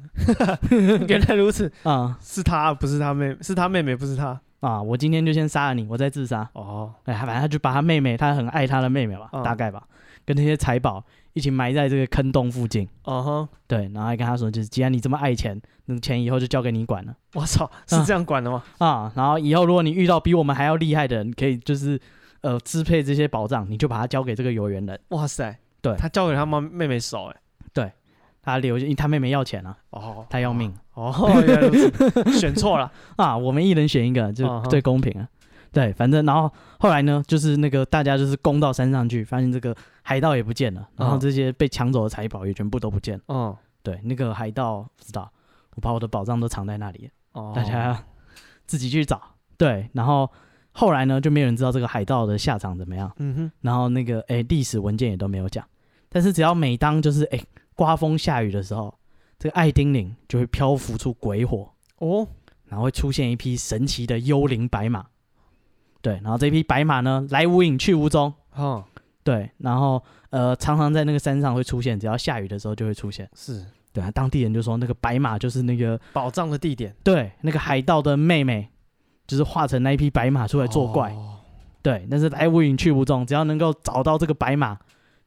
S1: 原来如此，
S2: 啊、
S1: 是他不是他妹，是他妹妹不是他，
S2: 啊！我今天就先杀了你，我再自杀。
S1: 哦，
S2: 哎，反正他就把他妹妹，他很爱他的妹妹吧，
S1: 嗯
S2: 大概吧，跟那些财宝一起埋在这个坑洞附近。
S1: 嗯哼，
S2: 对，然后还跟他说，就是既然你这么爱钱，那钱以后就交给你管了。
S1: 我操，是这样管的吗？
S2: 啊，然后以后如果你遇到比我们还要厉害的人，可以就是呃支配这些宝藏，你就把它交给这个有缘人，
S1: 哇塞，
S2: 对
S1: 他交给他妈妹妹手，哎，
S2: 他留，因为他妹妹要钱啊，
S1: 哦，
S2: 他要命
S1: 哦，原来如此，选错了，
S2: 啊，我们一人选一个，就
S1: 嗯哼
S2: 最公平啊。对，反正然后后来呢，就是那个大家就是攻到山上去，发现这个海盗也不见了，然后
S1: 嗯
S2: 这些被抢走的财宝也全部都不见了。
S1: 嗯，
S2: 对，那个海盗不知道，我把我的宝藏都藏在那里了，
S1: 哦，
S2: 大家自己去找。对，然后后来呢，就没有人知道这个海盗的下场怎么样。
S1: 嗯哼，
S2: 然后那个诶历史文件也都没有讲，但是只要每当就是诶刮风下雨的时候，这个爱丁岭就会漂浮出鬼火，
S1: 哦，
S2: 然后会出现一匹神奇的幽灵白马，对，然后这匹白马呢来无影去无踪，
S1: 哦，
S2: 对，然后呃常常在那个山上会出现，只要下雨的时候就会出现，
S1: 是
S2: 对啊，当地人就说那个白马就是那个
S1: 宝藏的地点，
S2: 对那个海盗的妹妹，就是化成那一匹白马出来作怪，
S1: 哦
S2: 对，但是来无影去无踪，只要能够找到这个白马，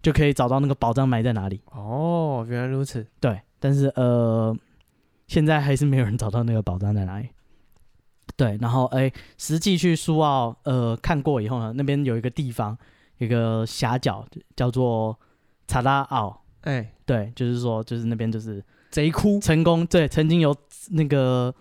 S2: 就可以找到那个宝藏埋在哪里。
S1: 哦，原来如此，
S2: 对，但是呃，现在还是没有人找到那个宝藏在哪里。对，然后哎，实际去苏澳呃看过以后呢，那边有一个地方，有一个峡角叫做查拉奥，
S1: 哎，
S2: 对，就是说就是那边就是
S1: 贼窟，
S2: 成功对，曾经有那个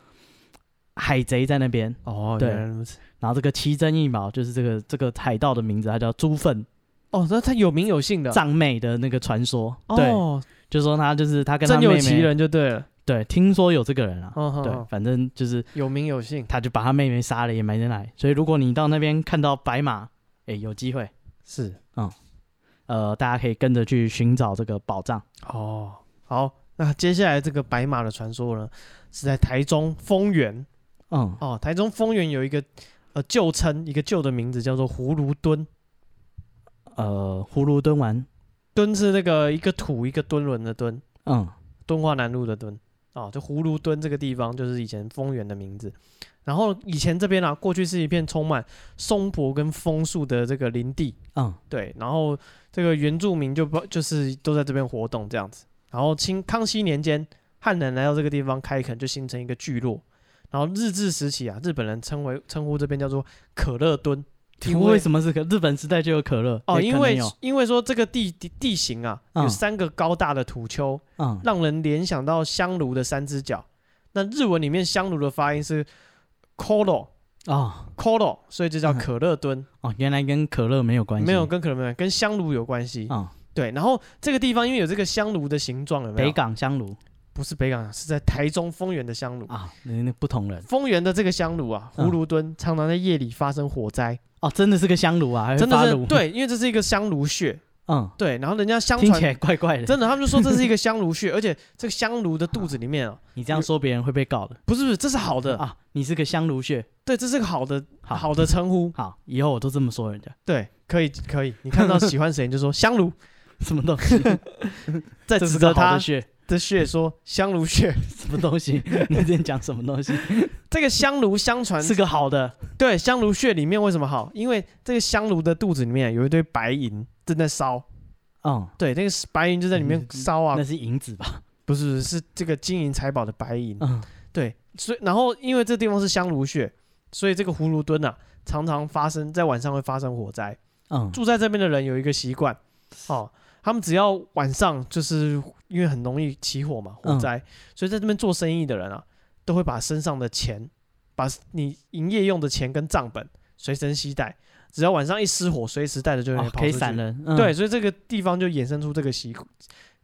S2: 海贼在那边，
S1: 哦，
S2: 对
S1: 原来如此，
S2: 然后这个奇珍异宝就是这个这个海盗的名字，他叫朱粪
S1: 哦，那他有名有姓的，
S2: 藏妹的那个传说，对，
S1: 哦，
S2: 就说他就是他跟他
S1: 真
S2: 妹
S1: 有
S2: 妹，
S1: 其人就对了，
S2: 对，听说有这个人啊，
S1: 哦哦，
S2: 对，
S1: 哦
S2: 反正就是
S1: 有名有姓，
S2: 他就把他妹妹杀了，也埋在那里。所以如果你到那边看到白马，哎，有机会，
S1: 是，
S2: 呃，大家可以跟着去寻找这个宝藏。
S1: 哦，好，那接下来这个白马的传说呢，是在台中丰原
S2: 嗯，
S1: 哦，台中丰原有一个呃旧称，一个旧的名字叫做葫芦墩，
S2: 呃，葫芦墩丸，
S1: 墩是那个一个土一个墩轮的墩，
S2: 嗯，
S1: 敦化南路的敦啊，就葫芦墩这个地方就是以前丰原的名字。然后以前这边啊，过去是一片充满松柏跟枫树的这个林地，
S2: 嗯，
S1: 对。然后这个原住民就不就是都在这边活动这样子。然后清康熙年间，汉人来到这个地方开垦，就形成一个聚落。然后日治时期啊，日本人称为称呼这边叫做可乐墩，因为
S2: 为什么是可日本时代就有可乐？
S1: 哦，
S2: 诶
S1: 因
S2: 可能
S1: 为
S2: 有
S1: 因为说这个地地地形啊，有
S2: 嗯
S1: 三个高大的土丘，
S2: 嗯
S1: 让人联想到香炉的三只脚。那日文里面香炉的发音是 “koro
S2: 哦
S1: koro”，所以就叫可乐墩，
S2: 哦，原来跟可乐没有嗯关系，
S1: 没有跟可乐没有关系跟香炉有关系。
S2: 嗯，
S1: 对，然后这个地方因为有这个香炉的形状，有没有？
S2: 北港香炉
S1: 不是北港，是在台中丰原的香炉。
S2: 啊，那那不同人
S1: 丰原的这个香炉啊，
S2: 嗯
S1: 葫芦墩常常在夜里发生火灾，
S2: 哦，真的是个香炉啊，还会
S1: 真
S2: 发
S1: 的
S2: 炉
S1: 是，对，因为这是一个香炉穴，
S2: 嗯，
S1: 对，然后人家相
S2: 听起
S1: 传
S2: 来怪怪的，
S1: 真的，他们就说这是一个香炉穴， <laughs> 而且这个香炉的肚子里面啊，
S2: 你这样说别人会被告的。
S1: 不是不是，这是好的，
S2: 啊，你是个香炉穴，
S1: 对，这是个好的
S2: 好
S1: 好的称呼，
S2: 好，以后我都这么说人家，
S1: 对，可以可以，你看到喜欢谁你就
S2: <laughs>
S1: 说香炉，
S2: 什么东西？
S1: <laughs> 在
S2: 这
S1: 指
S2: 是个
S1: 责
S2: 好的嗯
S1: 他
S2: 穴，
S1: 的血说香炉
S2: <laughs>
S1: 血，
S2: 什么
S1: <laughs>
S2: 东西？你之前讲什么东西？
S1: 这个香炉相传
S2: 是个好的
S1: 对香炉血里面为什么好？因为这个香炉的肚子里面有一堆白银，正在烧，
S2: 嗯，
S1: 对，那个白银就在里面烧啊
S2: 那，是银子吧？
S1: 不是不是是这个金银财宝的白银，
S2: 嗯，
S1: 对，所以然后因为这地方是香炉穴，所以这个葫芦墩啊，常常发生在晚上会发生火灾。
S2: 嗯，
S1: 住在这边的人有一个习惯，哦，他们只要晚上就是因为很容易起火嘛，
S2: 嗯
S1: 火灾，所以在这边做生意的人啊，都会把身上的钱，把你营业用的钱跟账本随身携带，只要晚上一失火，随时带着就会
S2: 哦
S1: 跑
S2: 可以
S1: 出
S2: 闪
S1: 去
S2: 人，嗯
S1: 对，，所以这个地方就衍生出这个习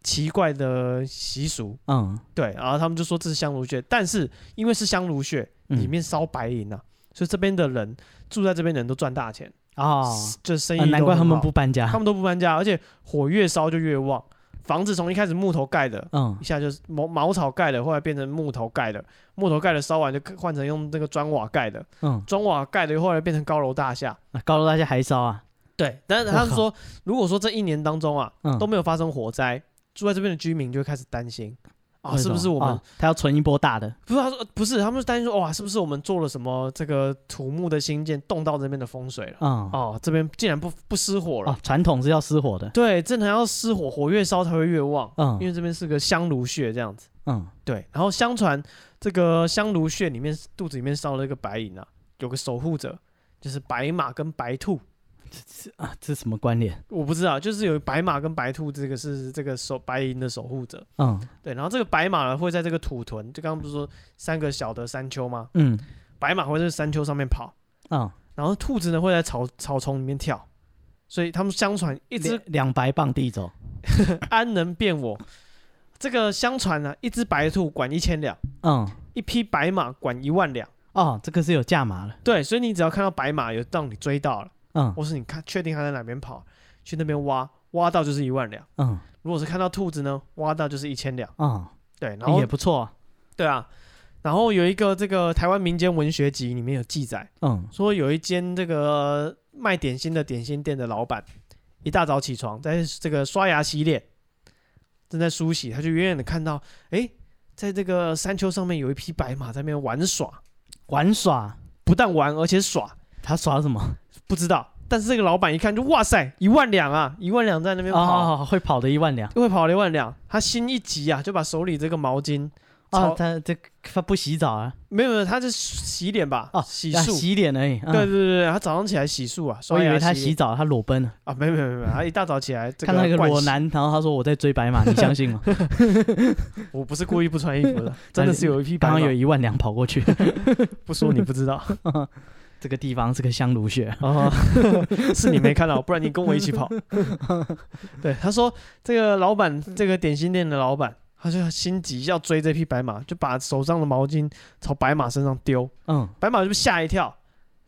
S1: 奇怪的习俗。
S2: 嗯，
S1: 对，然后他们就说这是香炉穴，但是因为是香炉穴，
S2: 嗯
S1: 里面烧白银啊，所以这边的人住在这边的人都赚大钱，
S2: 哦，
S1: 就是生意、
S2: 呃难怪他们不，搬家
S1: 他，们都不搬家，而且火越烧就越旺。房子从一开始木头盖的，
S2: 嗯
S1: 一，下就是茅茅草盖的，后来变成木头盖的，木头盖的烧完就换成用那个砖瓦盖的，
S2: 嗯，
S1: 砖瓦盖的后来变成高楼大厦。
S2: 啊高楼大厦还烧啊，
S1: 对，但是
S2: 我
S1: 他们
S2: 靠
S1: 说，如果说这一年当中啊
S2: 嗯
S1: 都没有发生火灾，住在这边的居民就会开始担心啊，
S2: 为
S1: 是
S2: 什
S1: 不
S2: 么
S1: 是我们
S2: 哦他要存一波大的？
S1: 不是，他说呃不是，他们就担心说，哇，是不是我们做了什么这个土木的新建，动到这边的风水了？
S2: 嗯，
S1: 哦，这边竟然不不失火了。
S2: 哦，传统是要失火的，
S1: 对，正常要失火，火越烧才会越旺，
S2: 嗯
S1: 因为这边是个香炉穴这样子。
S2: 嗯，
S1: 对，然后相传这个香炉穴里面肚子里面烧了一个白银啊，有个守护者，就是白马跟白兔。
S2: 啊，这什么关联？
S1: 我不知道，就是有白马跟白兔，这个是这个守白银的守护者。
S2: 嗯
S1: 对，然后这个白马呢会在这个土屯，就刚刚不是说三个小的山丘吗？
S2: 嗯
S1: 白马会在山丘上面跑，
S2: 嗯，
S1: 然后兔子呢会在草草丛里面跳，所以他们相传一
S2: 一
S1: 只
S2: 两白棒地走，
S1: 安能辨我，这个相传呢、一只白兔管一千两，
S2: 嗯，
S1: 一匹白马管一万两。
S2: 哦，这个是有价码了，
S1: 对，所以你只要看到白马有让你追到了，
S2: 嗯
S1: 或是你看确定它在哪边跑，去那边挖，挖到就是一万两。
S2: 嗯
S1: 如果是看到兔子呢，挖到就是一千两。
S2: 嗯，
S1: 对，然后
S2: 也不错啊，
S1: 对啊，然后有一个这个台湾民间文学集里面有记载，
S2: 嗯
S1: 说有一间这个卖点心的点心店的老板，一大早起床，在这个刷牙洗脸，正在梳洗，他就远远的看到，诶，在这个山丘上面有一匹白马在那边玩耍，
S2: 玩耍，
S1: 不但玩而且耍，
S2: 他耍什么？
S1: 不知道。但是这个老板一看就哇塞，一万两啊，一万两在那边跑，
S2: 哦，会跑的一万两，
S1: 又会跑了一万两。他心一急啊，就把手里这个毛巾，
S2: 哦
S1: 朝，
S2: 他这他不洗澡啊，
S1: 没有没有，他是洗脸吧，
S2: 哦，
S1: 洗
S2: 啊
S1: 漱。
S2: 洗脸而已，嗯
S1: 对对对对，他早上起来洗漱啊，刷
S2: 我以
S1: 牙
S2: 为他
S1: 脸
S2: 洗澡，他裸奔了，
S1: 啊，没有没有没有，他一大早起来，这
S2: 看到一个
S1: 盥
S2: 裸
S1: 洗
S2: 男，然后他说我在追白马，你相信
S1: <laughs>
S2: 吗？
S1: 我不是故意不穿衣
S2: <laughs>
S1: 服的，真的是有一批白
S2: 刚
S1: 马
S2: 刚有一万两跑过去， <laughs>
S1: 不说你不知道
S2: 这个地方是个香炉穴，
S1: 啊，是你没看到，不然你跟我一起跑。对，他说这个老板，这个点心店的老板，他就心急要追这匹白马，就把手上的毛巾朝白马身上丢，
S2: 嗯
S1: 白马就被吓一跳，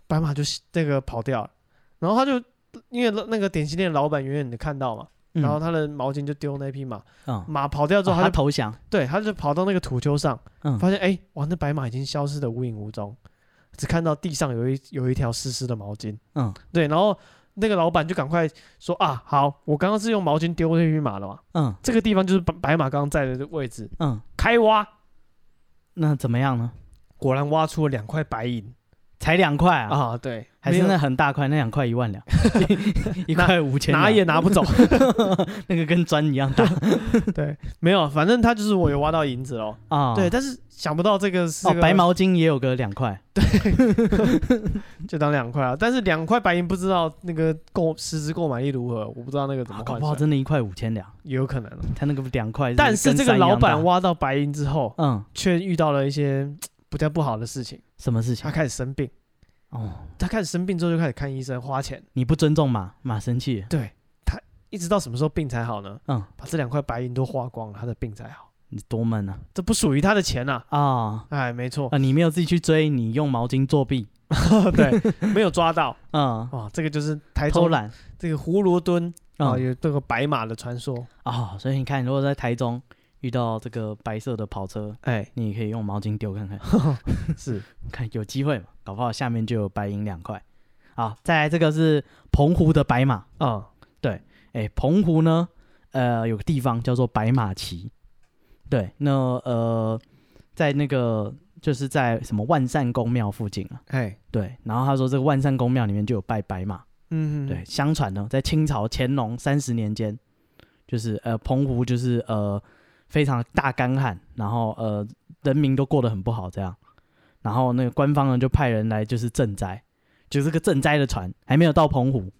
S1: 白马就那个跑掉了，然后他就。因为那个点心店的老板远远的看到嘛，
S2: 嗯
S1: 然后他的毛巾就丢那匹马，
S2: 嗯，
S1: 马跑掉之
S2: 哦
S1: 后，他
S2: 他
S1: 就、
S2: 投降，
S1: 对，他就跑到那个土丘上，
S2: 嗯
S1: 发现哎、诶哇，那白马已经消失的无影无踪，只看到地上有一有一条湿湿的毛巾。
S2: 嗯
S1: 对，然后那个老板就赶快说啊，好，我刚刚是用毛巾丢那匹马了嘛，
S2: 嗯
S1: 这个地方就是白白马刚刚在的位置，
S2: 嗯，
S1: 开挖，
S2: 那怎么样呢？
S1: 果然挖出了两块白银
S2: 才两块啊，
S1: 啊，对，
S2: 还是
S1: 没
S2: 那
S1: 有
S2: 很大块，那两块一万
S1: <laughs>
S2: 两，一块五千两，
S1: 拿也拿
S2: <laughs>
S1: 不走，
S2: 那个跟砖一样
S1: <laughs>
S2: 大
S1: 对，没有，反正他就是我有挖到银子哦，
S2: 啊。
S1: 对，，但是想不到这个是、
S2: 哦，白，毛巾也有个两块，
S1: 就当两块啊，但是两块白银不知道那个购实质购买力如何，我不知道那个怎么
S2: 啊搞
S1: 换
S2: 不好
S1: 算，
S2: 真的一块五千两，
S1: 也有可能啊。
S2: 他那个两块，
S1: 但是这个老板
S2: 哇，
S1: 挖到白银之后，
S2: 嗯，
S1: 却遇到了一些嘖比较不好的事情，
S2: 什么事情
S1: 他？开始生病。
S2: 哦，
S1: 他开始生病之后就开始看医生，花钱。
S2: 你不尊重马，马生气了，
S1: 对他一直到什么时候病才好呢？
S2: 嗯，
S1: 把这两块白银都花光了，他的病才好。
S2: 你多闷啊！
S1: 这不属于他的钱呐、
S2: 啊
S1: 哎，没错，
S2: <laughs> 啊，你没有自己去追，你用毛巾作弊，
S1: 对，没有抓到
S2: 嗯，
S1: 哦，这个就是台
S2: 哦偷
S1: 中
S2: 懒
S1: 这个葫芦墩啊、
S2: 嗯
S1: 有这个白马的传说。
S2: 啊，所以你看，如果在台中遇到这个白色的跑车，
S1: 哎， <laughs>
S2: 你也可以用毛巾丢看 <laughs> 看。
S1: 是
S2: 看有机会嘛，搞不好下面就有白银两块。好，再来这个是澎湖的白马，
S1: 啊、
S2: 哎、澎湖呢，呃，有个地方叫做白马旗，对，那呃，在那个就是在什么万善宫庙附近啊，
S1: 哎，
S2: 对，然后他说这个万善宫庙里面就有拜白马，
S1: 嗯，
S2: 对，，相传呢，在清朝乾隆三十年间，就是呃，澎湖就是呃非常大干旱，然后呃人民都过得很不好这样，然后那个官方呢就派人来就是赈灾，就这个赈灾的船还没有到澎湖，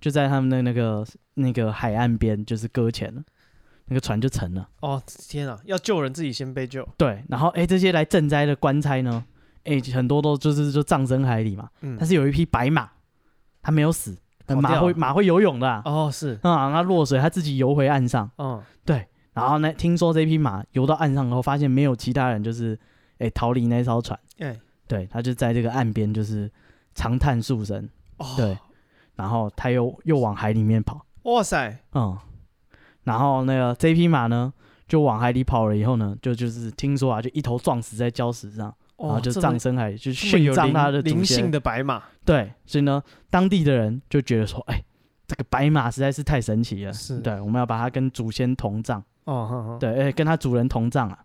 S2: 就在他们的那个那个海岸边就是搁浅了，那个船就沉了。
S1: 哦，天啊，要救人自己先被救，
S2: 对，然后哎这些来赈灾的官差呢，哎很多都就是就葬身海里嘛，
S1: 嗯
S2: 但，是有一匹白马，它没有死，
S1: 跑
S2: 马
S1: 掉
S2: 会
S1: 了
S2: 马会游泳的啊、
S1: 哦，是，
S2: 啊，它落水，它自己游回岸上。
S1: 嗯，
S2: 然后呢，听说这匹马游到岸上后，发现没有其他人，就是哎逃离那艘船。
S1: 哎，
S2: 对，它就在这个岸边就是长叹数声，
S1: 哦，
S2: 对，然后它又又往海里面跑，
S1: 哇塞，
S2: 嗯，然后那个这匹马呢就往海里跑了以后呢，就就是听说啊，就一头撞死在礁石上，然
S1: 哦，
S2: 后就
S1: 这么
S2: 葬身海里，就
S1: 这么有
S2: 殉葬
S1: 灵
S2: 它的祖
S1: 灵
S2: 先
S1: 性。的白马，
S2: 对，所以呢，当地的人就觉得说，哎，这个白马实在是太神奇了，
S1: 是
S2: 对，我们要把它跟祖先同葬。
S1: 哦，哼哼，
S2: 对，哎、跟它主人同葬啊。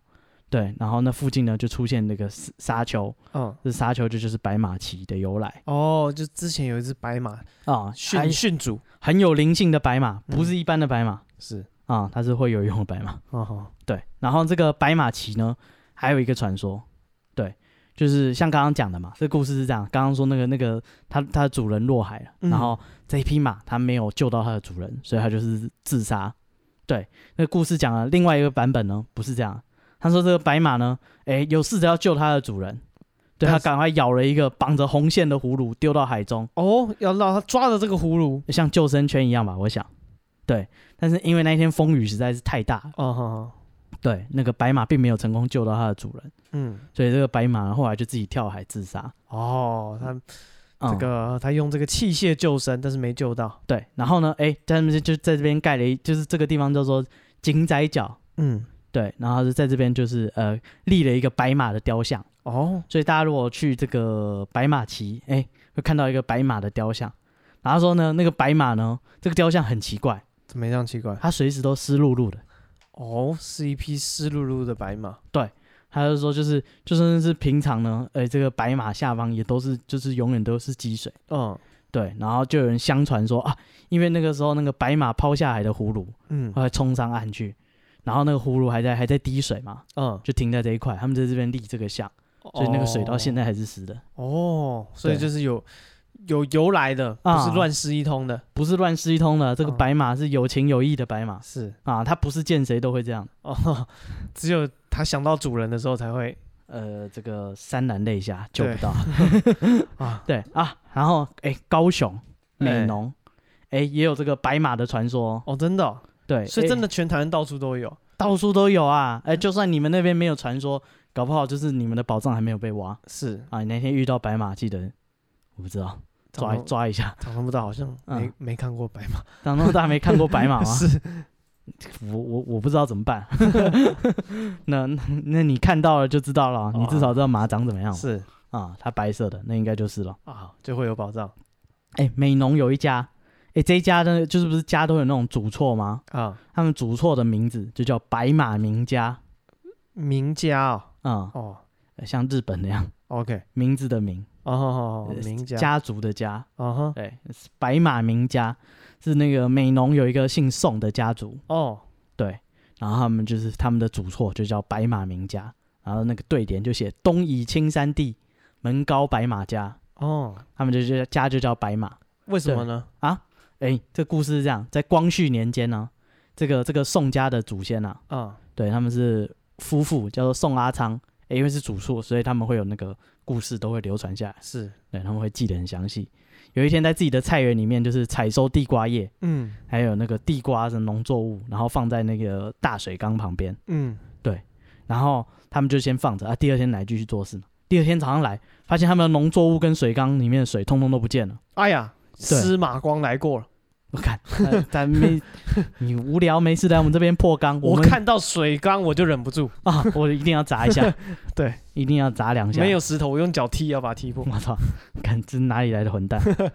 S2: 对，然后那附近呢就出现那个沙沙丘，
S1: 嗯，
S2: 这沙丘就就是白马旗的由来
S1: 哦，就之前有一只白马
S2: 啊，
S1: 驯
S2: 很
S1: 驯主，
S2: 很有灵性的白马，不
S1: 嗯
S2: 是一般的白马
S1: 是，
S2: 啊、它是会游泳的白马。
S1: 哦哦，
S2: 对，然后这个白马旗呢，还有一个传说，对，就是像刚刚讲的嘛，这故事是这样，刚刚说那个那个它它的主人落海了，
S1: 嗯
S2: 然后这一匹马它没有救到它的主人，所以它就是自杀。对，那故事讲了另外一个版本呢，不是这样，他说这个白马呢，诶，有试着要救它的主人，对
S1: 但
S2: 它
S1: 是
S2: 赶快咬了一个绑着红线的葫芦丢到海中，
S1: 哦，要让他抓着这个葫芦，
S2: 像救生圈一样吧，我想。对，但是因为那一天风雨实在是太大了，
S1: 哦，哼哼，
S2: 对，那个白马并没有成功救到它的主人。
S1: 嗯，
S2: 所以这个白马后来就自己跳海自杀。
S1: 哦，他
S2: 嗯
S1: 这个他用这个器械救生，但是没救到，
S2: 对，然后呢，哎，他们就就在这边盖了一，就是这个地方叫做井仔角，
S1: 嗯，
S2: 对，然后就在这边就是呃立了一个白马的雕像，
S1: 哦，
S2: 所以大家如果去这个白马旗，哎，会看到一个白马的雕像。然后说呢，那个白马呢，这个雕像很奇怪，
S1: 怎么这样奇怪？
S2: 它随时都湿漉漉的。
S1: 哦，是一匹湿漉漉的白马，
S2: 他就说，就是就算是平常呢，哎，这个白马下方也都是就是永远都是积水。
S1: 嗯
S2: 对，然后就有人相传说啊，因为那个时候那个白马抛下海的葫芦，
S1: 嗯
S2: 后来冲上岸去，然后那个葫芦还在还在滴水嘛，
S1: 嗯，
S2: 就停在这一块，他们在这边立这个像，所以那个水到现在还是湿的，
S1: 哦，所以
S2: 对
S1: 就是有有由来的，不
S2: 啊
S1: 是乱施一通的，
S2: 不是乱失一通的。这个
S1: 嗯
S2: 白马是有情有义的白马
S1: 是
S2: 啊，它不是见谁都会这样。
S1: 哦，只有他想到主人的时候才会
S2: 呃，这个潸然泪下救不
S1: 对
S2: 到，
S1: 啊，
S2: <laughs> 对啊。然后哎，高雄美
S1: 哎
S2: 浓，哎也有这个白马的传说哦，
S1: 哦，真的哦，
S2: 对，
S1: 所以
S2: 哎
S1: 真的全台湾到处都有，
S2: 到处都有啊。哎，就算你们那边没有传说，搞不好就是你们的宝藏还没有被挖
S1: 是
S2: 啊。你那天遇到白马，记得我不知道抓
S1: 长
S2: 抓一 <laughs> 下。
S1: 长长不大好像没、
S2: 嗯
S1: 没看过白马，
S2: 长那么大没看过白马 <laughs> 吗？
S1: <laughs> 是
S2: 我我我不知道怎么办。 <laughs> 那那那你看到了就知道了啊，
S1: 哦
S2: 你至少知道马长怎么样嘛
S1: 是
S2: 啊？它白色的，那应该就是了。
S1: 啊，就会有保障
S2: 哎、美浓有一家，哎、这一家呢，就是不是家都有那种主错吗？
S1: 啊，
S2: 他们主错的名字就叫白马名家
S1: 名家哦，
S2: 啊、
S1: 哦
S2: 像日本那样
S1: ，OK，
S2: 名字的名，
S1: 哦哦哦，
S2: 呃
S1: 名家，
S2: 家族的家，
S1: 哦哼，
S2: 对，白马名家是那个美浓有一个姓宋的家族，
S1: 哦，
S2: 对，然后他们就是他们的主错就叫白马名家，然后那个对联就写东倚青山地，门高白马家，
S1: 哦，
S2: 他们就叫家就叫白马。
S1: 为什么呢？
S2: 哎，这故事是这样，在光绪年间呢、这个这个宋家的祖先啊，
S1: 啊，
S2: 对他们是夫妇，叫做宋阿昌，哎，因为是主错，所以他们会有那个故事都会流传下来，
S1: 是，
S2: 对，他们会记得很详细。有一天在自己的菜园里面，就是采收地瓜叶，
S1: 嗯
S2: 还有那个地瓜的农作物，然后放在那个大水缸旁边。
S1: 嗯，
S2: 然后他们就先放着啊，第二天来继续做事嘛。第二天早上来，发现他们的农作物跟水缸里面的水通通都不见了。
S1: 哎呀，司马光来过了，
S2: 我看，
S1: <laughs>
S2: 呃咱没 <laughs> 你无聊没事来我们这边破缸，我
S1: <laughs> 我
S2: 们
S1: 看到水缸我就忍不住，，
S2: 啊，我一定要砸一下
S1: <laughs> 对，
S2: 一定要砸两下。
S1: 没有，石头我用脚踢要把它踢破，
S2: 我操， <laughs> 看这哪里来的混蛋！ <laughs>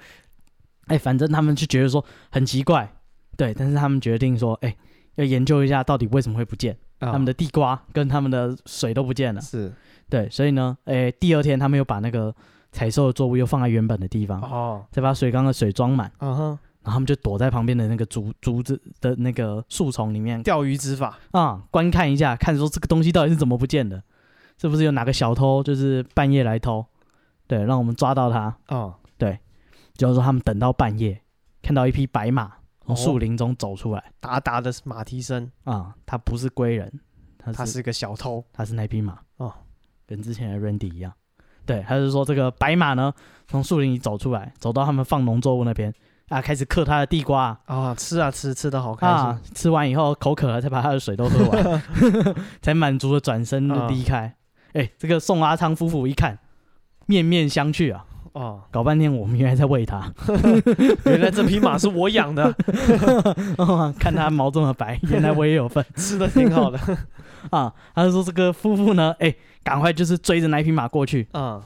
S2: 哎，反正他们就觉得说很奇怪，对，但是他们决定说，哎，要研究一下到底为什么会不见，
S1: 啊
S2: 他们的地瓜跟他们的水都不见了。
S1: 是
S2: 对，所以呢，诶，第二天他们又把那个采收的作物又放在原本的地方，
S1: 哦，
S2: 再把水缸的水装满，
S1: 嗯哼，
S2: 然后他们就躲在旁边的那个竹竹子的那个树丛里面
S1: 钓鱼执法，
S2: 啊、观看一下，看说这个东西到底是怎么不见的，是不是有哪个小偷就是半夜来偷？对，让我们抓到他。
S1: 哦，
S2: 就是说他们等到半夜，看到一匹白马从
S1: 哦
S2: 树林中走出来
S1: 达达的马蹄声，
S2: 啊、它不是归人，它是
S1: 他是个小偷，
S2: 它是那匹马
S1: 哦，
S2: 跟之前的 Randy 一样。对，他就说这个白马呢，从树林里走出来，走到他们放农作物那边啊，开始嗑他的地瓜
S1: 啊，吃啊吃，吃的好开
S2: 啊
S1: 心，，
S2: 吃完以后口渴了，才把他的水都喝完，
S1: <laughs>
S2: 才满足的转身
S1: 啊
S2: 离开。哎、这个宋阿昌夫妇一看，面面相觑啊，
S1: 哦，
S2: 搞半天我们原来在喂
S1: <laughs>
S2: 他，
S1: 原来这匹马是我养
S2: <laughs>
S1: 的，哦
S2: 看他毛这么
S1: <laughs>
S2: 白，原来我也有份。
S1: 吃的挺
S2: <laughs>
S1: 好的，
S2: 啊，他就说这个夫妇呢，哎、赶快就是追着那一匹马过去，
S1: 嗯，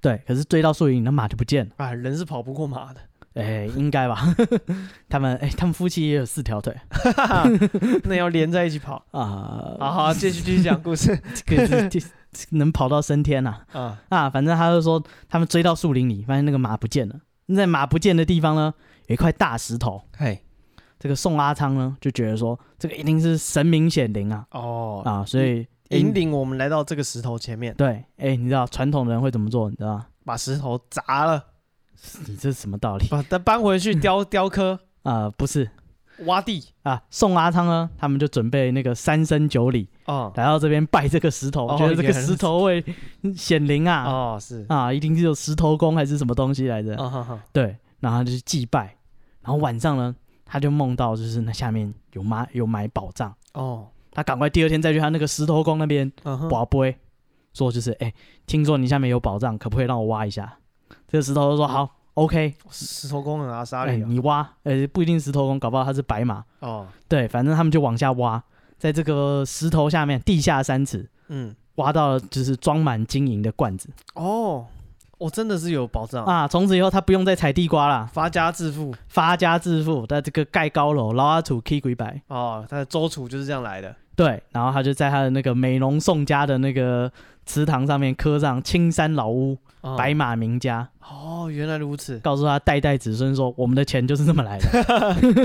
S2: 对，可是追到树林，那马就不见了，
S1: 啊，人是跑不过马
S2: <laughs>
S1: 的，
S2: 哎、应该吧？ <laughs> 他们哎、他们夫妻也有四条腿
S1: 那要连在一起
S2: <laughs>
S1: 跑。
S2: 啊，
S1: 好好，继续继续讲故事
S2: <laughs> 这个是这这能跑到升天呐、
S1: 啊，
S2: 啊！反正他就说他们追到树林里，发现那个马不见了，那在马不见的地方呢，有一块大石头。
S1: 嘿，
S2: 这个宋阿昌呢，就觉得说这个一定是神明显灵啊
S1: 哦，
S2: 啊，所以
S1: 引领我们来到这个石头前面，
S2: 对，哎、你知道传统人会怎么做？你知道吗？ <laughs>
S1: 把石头砸了，
S2: 你这是什么道理
S1: 把它搬回
S2: 嗯
S1: 去雕雕刻、
S2: 啊、不是，
S1: 挖地
S2: 啊，宋阿昌呢，他们就准备那个三生九礼
S1: 啊，
S2: 来到这边拜这个石头，
S1: 哦
S2: 觉得这
S1: 原
S2: 个
S1: 来
S2: 石头会显灵啊、
S1: 哦，是，
S2: 啊，一定是有石头公还是什么东西来着？
S1: 啊哈哈，
S2: 对，然后他就去祭拜，然后晚上呢，他就梦到就是那下面有埋有埋宝藏，
S1: 哦，
S2: 他赶快第二天再去他那个石头公那边
S1: 嗯哼
S2: 挖碑，说就是哎、听说你下面有宝藏，可不可以让我挖一下？这个石头就说好，OK，
S1: 石头工人阿莎
S2: 哎、
S1: 莉啊，
S2: 你挖，呃、不一定石头公，搞不好他是白马，
S1: 哦，
S2: 对，反正他们就往下挖，在这个石头下面地下三尺，
S1: 嗯，
S2: 挖到了就是装满金银的罐子
S1: 哦，我真的是有保障，
S2: 啊！从此以后他不用再采地瓜啦，
S1: 发家致富
S2: 发家致富，在这个盖高楼、捞阿土、K 鬼白。
S1: 哦，他的周楚就是这样来的，
S2: 对，然后他就在他的那个美浓宋家的那个祠堂上面刻上“青山老屋，
S1: 哦
S2: 白马名家
S1: 哦，原来如”，此，
S2: 告诉他代代子孙说：“我们的钱就是这么来
S1: <laughs>
S2: 的，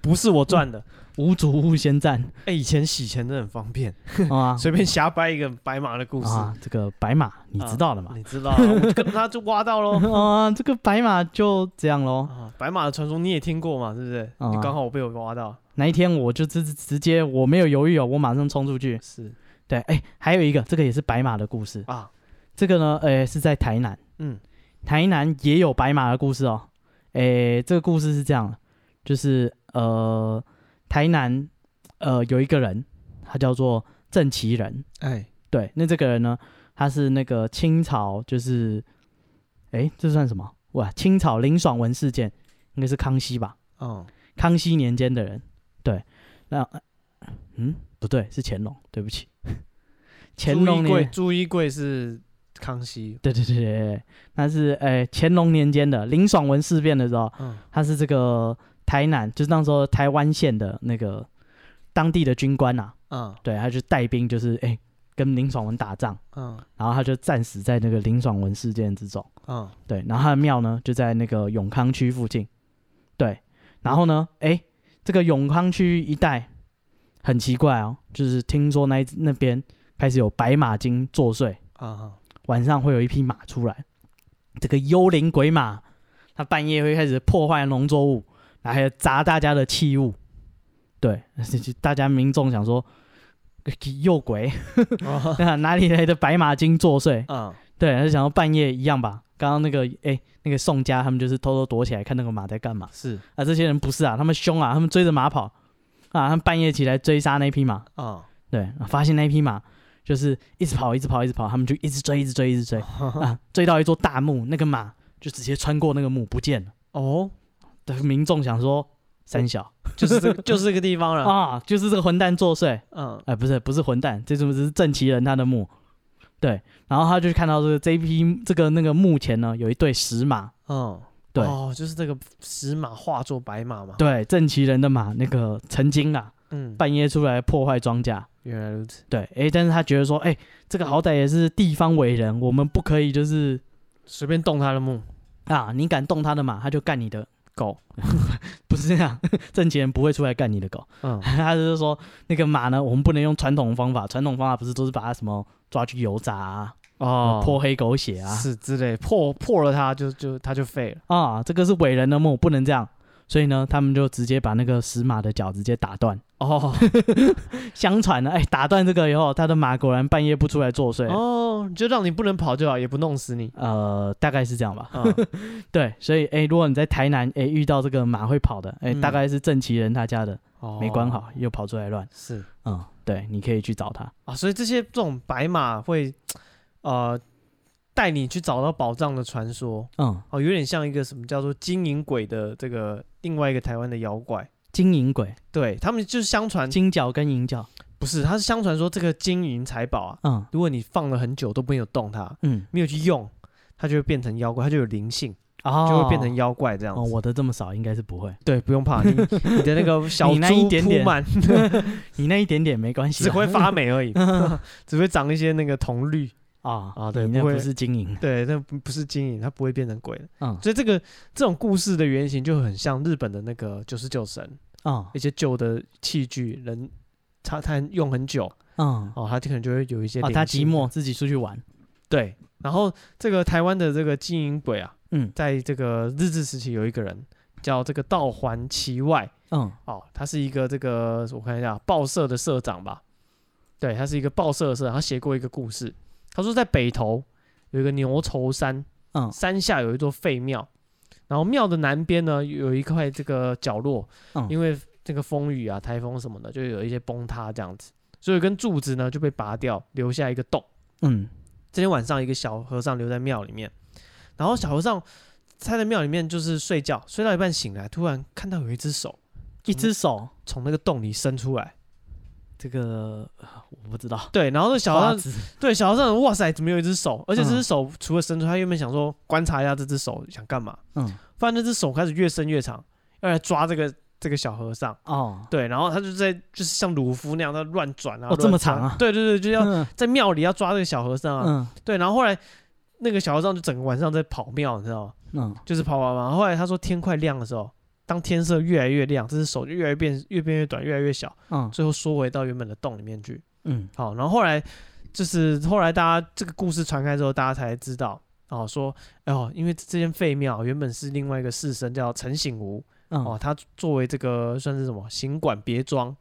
S1: 不是我赚的，
S2: 无主物先占
S1: 哎，以前洗钱真的很方便， <laughs>
S2: 啊
S1: 随便瞎掰一个白马的故事，
S2: 啊！”这个白马你知道了嘛？
S1: 你知道啊，我就跟他就挖到喽。
S2: <laughs> 啊，这个白马就这样喽。
S1: 啊，白马的传说你也听过嘛，是不是？
S2: 嗯
S1: 啊就刚好我被我挖到，
S2: 哪一天我就直直接我没有犹豫哦，我马上冲出去。
S1: 是
S2: 对，哎，还有一个，这个也是白马的故事。
S1: 啊，
S2: 这个呢，哎，是在台南，
S1: 嗯，
S2: 台南也有白马的故事哦。哎，这个故事是这样的，就是呃，台南呃有一个人，他叫做郑其人。
S1: 哎，
S2: 对，那这个人呢，他是那个清朝，就是哎，这算什么？哇，清朝林爽文事件，应该是康熙吧？
S1: 哦，
S2: 康熙年间的人，对，那嗯不对，是乾隆，对不起，乾隆
S1: 朱一贵，
S2: 年，
S1: 朱一贵是康熙，
S2: 对对对对对，那是哎乾隆年间的林爽文事变的时候，
S1: 嗯，
S2: 他是这个台南，就是那时候台湾县的那个当地的军官呐、啊
S1: 嗯
S2: 对，他就带兵就是哎跟林爽文打仗，
S1: 嗯
S2: 然后他就战死在那个林爽文事件之中，
S1: 嗯，
S2: 对，然后他的庙呢就在那个永康区附近，对，然后呢，哎，这个永康区一带很奇怪哦，就是听说那一那边开始有白马精作祟，
S1: 啊
S2: 晚上会有一匹马出来，这个幽灵鬼马，它半夜会开始破坏农作物，然后还有砸大家的器物，对，就大家民众想说，诱鬼， <laughs>
S1: 哈，
S2: 哪里来的白马精作祟？
S1: 嗯
S2: 对，他就想要半夜一样吧。刚刚那个哎、那个宋家他们就是偷偷躲起来看那个马在干嘛
S1: 是
S2: 啊？这些人不是啊，他们凶啊，他们追着马跑啊，他们半夜起来追杀那匹马。
S1: 啊，
S2: 对，啊发现那匹马就是一直跑，一直跑，一直跑，他们就一直追，一直追，一直追啊，追到一座大墓，那个马就直接穿过那个墓不见了。
S1: 哦，
S2: 对，民众想说三小
S1: 就是这个 <laughs> 就是这个地方了，
S2: 啊，就是这个混蛋作祟。
S1: 嗯
S2: 哎、不是不是混蛋，这种只是郑其人他的墓。对，然后他就看到这个这一匹这个那个墓前呢有一对石马。
S1: 嗯，
S2: 对
S1: 哦，就是这个石马化作白马嘛，，
S2: 对，郑其人的马那个曾经啊，
S1: 嗯，
S2: 半夜出来破坏庄稼。
S1: 原来如此，
S2: 对，诶，但是他觉得说，诶，这个好歹也是地方伟人，我们不可以就是
S1: 随便动他的墓，
S2: 啊，你敢动他的马，他就干你的
S1: 狗。
S2: <laughs> 不是这样， <laughs> 正经人不会出来干你的狗。 <laughs>
S1: 嗯
S2: 他就是说，那个马呢，我们不能用传统方法，传统方法不是都是把它什么抓去油炸啊，
S1: 哦，
S2: 泼黑狗血啊，
S1: 是之类，破破了它就就它就废了。
S2: 啊，这个是伟人的墓，不能这样。所以呢，他们就直接把那个死马的脚直接打断。
S1: 哦
S2: <laughs> 相传呢，哎，打断这个以后，他的马果然半夜不出来作祟。
S1: 哦，就让你不能跑就好，也不弄死你。
S2: 呃，大概是这样吧。
S1: 嗯
S2: 对，所以哎，如果你在台南哎遇到这个马会跑的，哎，
S1: 嗯
S2: 大概是郑其人他家的，
S1: 哦
S2: <laughs> 没关好又跑出来乱。
S1: 是
S2: 嗯，对，你可以去找他。
S1: 啊，所以这些这种白马会，呃，带你去找到宝藏的传说，
S2: 嗯，
S1: 哦，有点像一个什么叫做金银鬼的这个另外一个台湾的妖怪。
S2: 金银鬼，
S1: 对他们就是相传，
S2: 金角跟银角。
S1: 不是，他是相传说这个金银财宝啊，
S2: 嗯
S1: 如果你放了很久都没有动它，
S2: 嗯，
S1: 没有去用，它就会变成妖怪，它就有灵性，
S2: 哦
S1: 就会变成妖怪这样子。
S2: 哦，我的这么少，应该是不会。
S1: <laughs> 对，不用怕，
S2: <laughs>
S1: 你你的那个小
S2: 你那一
S1: 猪
S2: 点
S1: 铺
S2: 点
S1: 满， <laughs>
S2: 你那一点点没关系啊，
S1: 只会发霉而已，
S2: <laughs>
S1: 只会长一些那个铜绿。
S2: 啊
S1: 啊对
S2: 你那
S1: 不会
S2: 不是金银。
S1: 对，那不不是金银，它不会变成鬼的。
S2: 嗯
S1: 所以这个这种故事的原型就很像日本的那个九十九神，
S2: 嗯
S1: 一些旧的器具，人他他用很久
S2: 嗯，
S1: 哦，他可能就会有一些
S2: 哦，
S1: 灵
S2: 他寂
S1: 性
S2: 寞，自己出去玩。
S1: 对，然后这个台湾的这个金银鬼啊，
S2: 嗯
S1: 在这个日治时期有一个人叫这个道环其外
S2: 嗯，
S1: 哦，他是一个这个我看一下报社的社长吧，对，他是一个报社的社长，他写过一个故事，他说在北投有一个牛稠山，
S2: 嗯
S1: 山下有一座废庙，然后庙的南边呢有一块这个角落，
S2: 嗯
S1: 因为这个风雨啊、台风什么的，就有一些崩塌这样子，所以有根柱子呢就被拔掉，留下一个洞。
S2: 嗯
S1: 这天晚上，一个小和尚留在庙里面，然后小和尚他在庙里面就是睡觉，睡到一半醒来，突然看到有一只手
S2: 一只手，
S1: 从那个洞里伸出来，
S2: 这个呃我不知道。
S1: 对，然后那小和
S2: 花
S1: 尚
S2: 子，
S1: 对小和尚，哇塞，怎么有一只手？而且这只
S2: 嗯
S1: 手除了伸出，他原本想说观察一下这只手想干嘛，
S2: 嗯
S1: 发现那只手开始越伸越长，要来抓这个这个小和尚。
S2: 哦，
S1: 对，然后他就在就是像鲁夫那样在乱转啊，
S2: 哦这么
S1: 乱抓
S2: 长
S1: <laughs>
S2: 啊
S1: 对对对，就要
S2: 嗯
S1: 在庙里要抓这个小和尚啊。
S2: 嗯
S1: 对，然后后来那个小和尚就整个晚上在跑庙，你知道吗？
S2: 嗯
S1: 就是跑跑跑。后来他说天快亮的时候，当天色越来越亮，这只手就越来越变越变越短，越来越小，
S2: 嗯
S1: 最后缩回到原本的洞里面去。
S2: 嗯
S1: 好，然后后来就是后来大家这个故事传开之后，大家才知道哦，说哎呦，因为这间废庙原本是另外一个士绅叫陈醒吾哦，
S2: 嗯
S1: 他作为这个算是什么行馆别庄，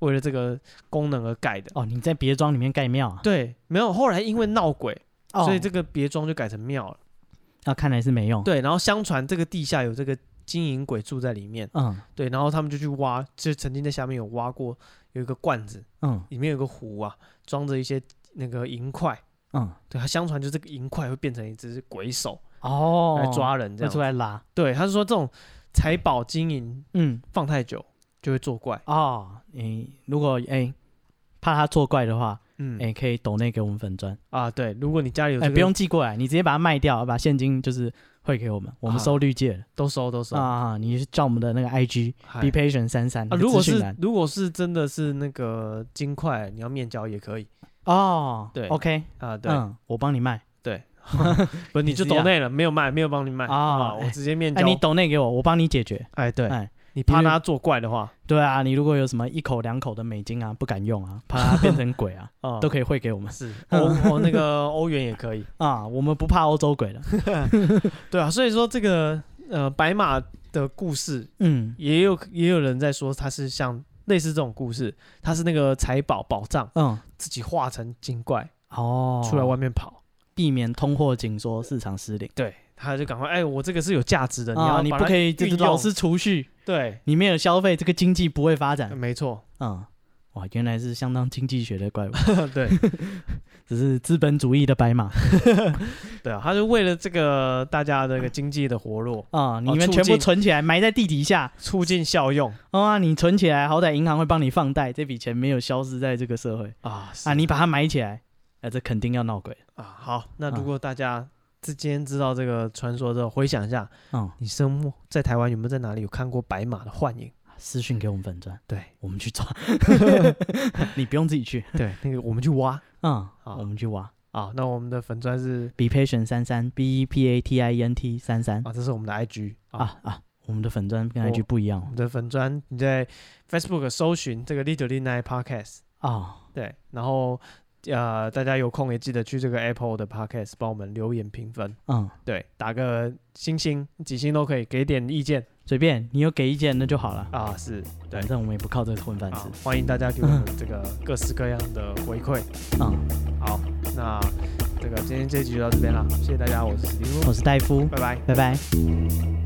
S1: 为了这个功能而盖的。
S2: 哦，你在别庄里面盖庙啊？
S1: 对，没有。后来因为闹鬼，
S2: 哦
S1: 所以这个别庄就改成庙了。
S2: 啊看来是没用。，
S1: 对，然后相传这个地下有这个金银鬼住在里面，
S2: 嗯
S1: 对，然后他们就去挖，就曾经在下面有挖过，有一个罐子，
S2: 嗯
S1: 里面有个壶啊，装着一些那个银块。
S2: 嗯，
S1: 对，他相传就这个银块会变成一只鬼手
S2: 哦，
S1: 来抓人这
S2: 会
S1: 样
S2: 出
S1: 子。
S2: 来拉。
S1: 对，他是说这种财宝金银
S2: 嗯
S1: 放太久就会作怪。
S2: 哦，你如果哎怕他作怪的话，
S1: 嗯，
S2: 哎可以抖内给我们粉砖。
S1: 啊，对，如果你家里有、
S2: 哎、
S1: 这个
S2: 不用寄过来，你直接把它卖掉，把现金就是汇给我们，我们
S1: 啊
S2: 收绿界了
S1: 都收都收
S2: 啊
S1: 啊
S2: 你叫我们的那个 IG
S1: 嗨
S2: be patient 三三、
S1: 啊，如果
S2: 资讯
S1: 是
S2: 栏
S1: 如果是真的是那个金块，你要面交也可以
S2: 哦，
S1: 对
S2: ，OK，
S1: 啊。对，
S2: 嗯，我帮你卖，
S1: 对，不你就
S2: 你是这
S1: 抖
S2: 样
S1: 内了，没有卖，没有帮你卖
S2: 啊
S1: 啊，我
S2: 哎
S1: 直接面
S2: 哎、
S1: 交。
S2: 你抖内给我，我帮你解决。
S1: 哎，对
S2: 哎，
S1: 你怕
S2: 因为
S1: 他作怪的话
S2: 对啊，你如果有什么一口两口的美金啊，不敢用啊，怕它变成
S1: <laughs>
S2: 鬼啊，
S1: 啊，
S2: 都可以汇给我们
S1: 是欧哦欧那个欧元也可以， <laughs>
S2: 啊，我们不怕欧洲鬼了。
S1: 对啊，所以说这个呃白马的故事，
S2: 嗯
S1: 也有也有人在说它是像类似这种故事，它是那个财宝宝藏
S2: 嗯，
S1: 自己化成精怪
S2: 哦，
S1: 出来外面跑，
S2: 避免通货紧缩，市场失灵。
S1: 对，他就赶快哎，我这个是有价值的，你
S2: 啊，
S1: 要
S2: 你
S1: 把
S2: 不
S1: 它
S2: 可以就是
S1: 运
S2: 老
S1: 用
S2: 是储蓄，
S1: 对，
S2: 你没有消费，这个经济不会发展。
S1: 没错， <laughs>
S2: 嗯，哇，原来是相当经济学的怪物， <laughs>
S1: 对
S2: 只是资本主义的白马
S1: 对啊，他就为了这个大家这个经济的活络，
S2: 啊、你
S1: 哦
S2: 们
S1: 促
S2: 全部
S1: 进
S2: 存起来，埋在地底下
S1: 促进效用
S2: 哦啊！你存起来，好歹银行会帮你放贷，这笔钱没有消失在这个社会
S1: 啊
S2: 啊！你把它埋起来，哎、这肯定要闹鬼。
S1: 啊好，
S2: 嗯
S1: 那如果大家。这今天知道这个传说之后，回想一下，
S2: 嗯，
S1: 你生目在台湾有没有在哪里有看过白马的幻影？
S2: 私讯给我们粉砖，
S1: 对
S2: 我 <laughs> 们去抓，你不用自己去，
S1: 对，那个我们去挖
S2: 嗯，
S1: 好
S2: 我们去挖。
S1: 好，那我们的粉砖是
S2: Be patient 三三 B E P A T I E N T 三三
S1: 啊，这是我们的 IG 啊
S2: 啊啊！我们的粉砖跟
S1: 我
S2: IG 不一样
S1: 我们的粉砖，你在 Facebook 搜寻这个 Little Lin Night Podcast，
S2: 哦啊！
S1: 对，然后呃，大家有空也记得去这个 Apple 的 Podcast 帮我们留言评分，
S2: 嗯，
S1: 对，打个星星，几星都可以，给点意见
S2: 随便你有给意见那就好了，
S1: 啊，是对
S2: 反正我们也不靠这个混饭
S1: 啊
S2: 吃。，
S1: 欢迎大家给我们这个各式各样的回馈。
S2: 嗯，
S1: 好，那这个今天这一集就到这边了，谢谢大家，我是史蒂夫，
S2: 我是戴夫，
S1: 拜拜。
S2: 拜拜。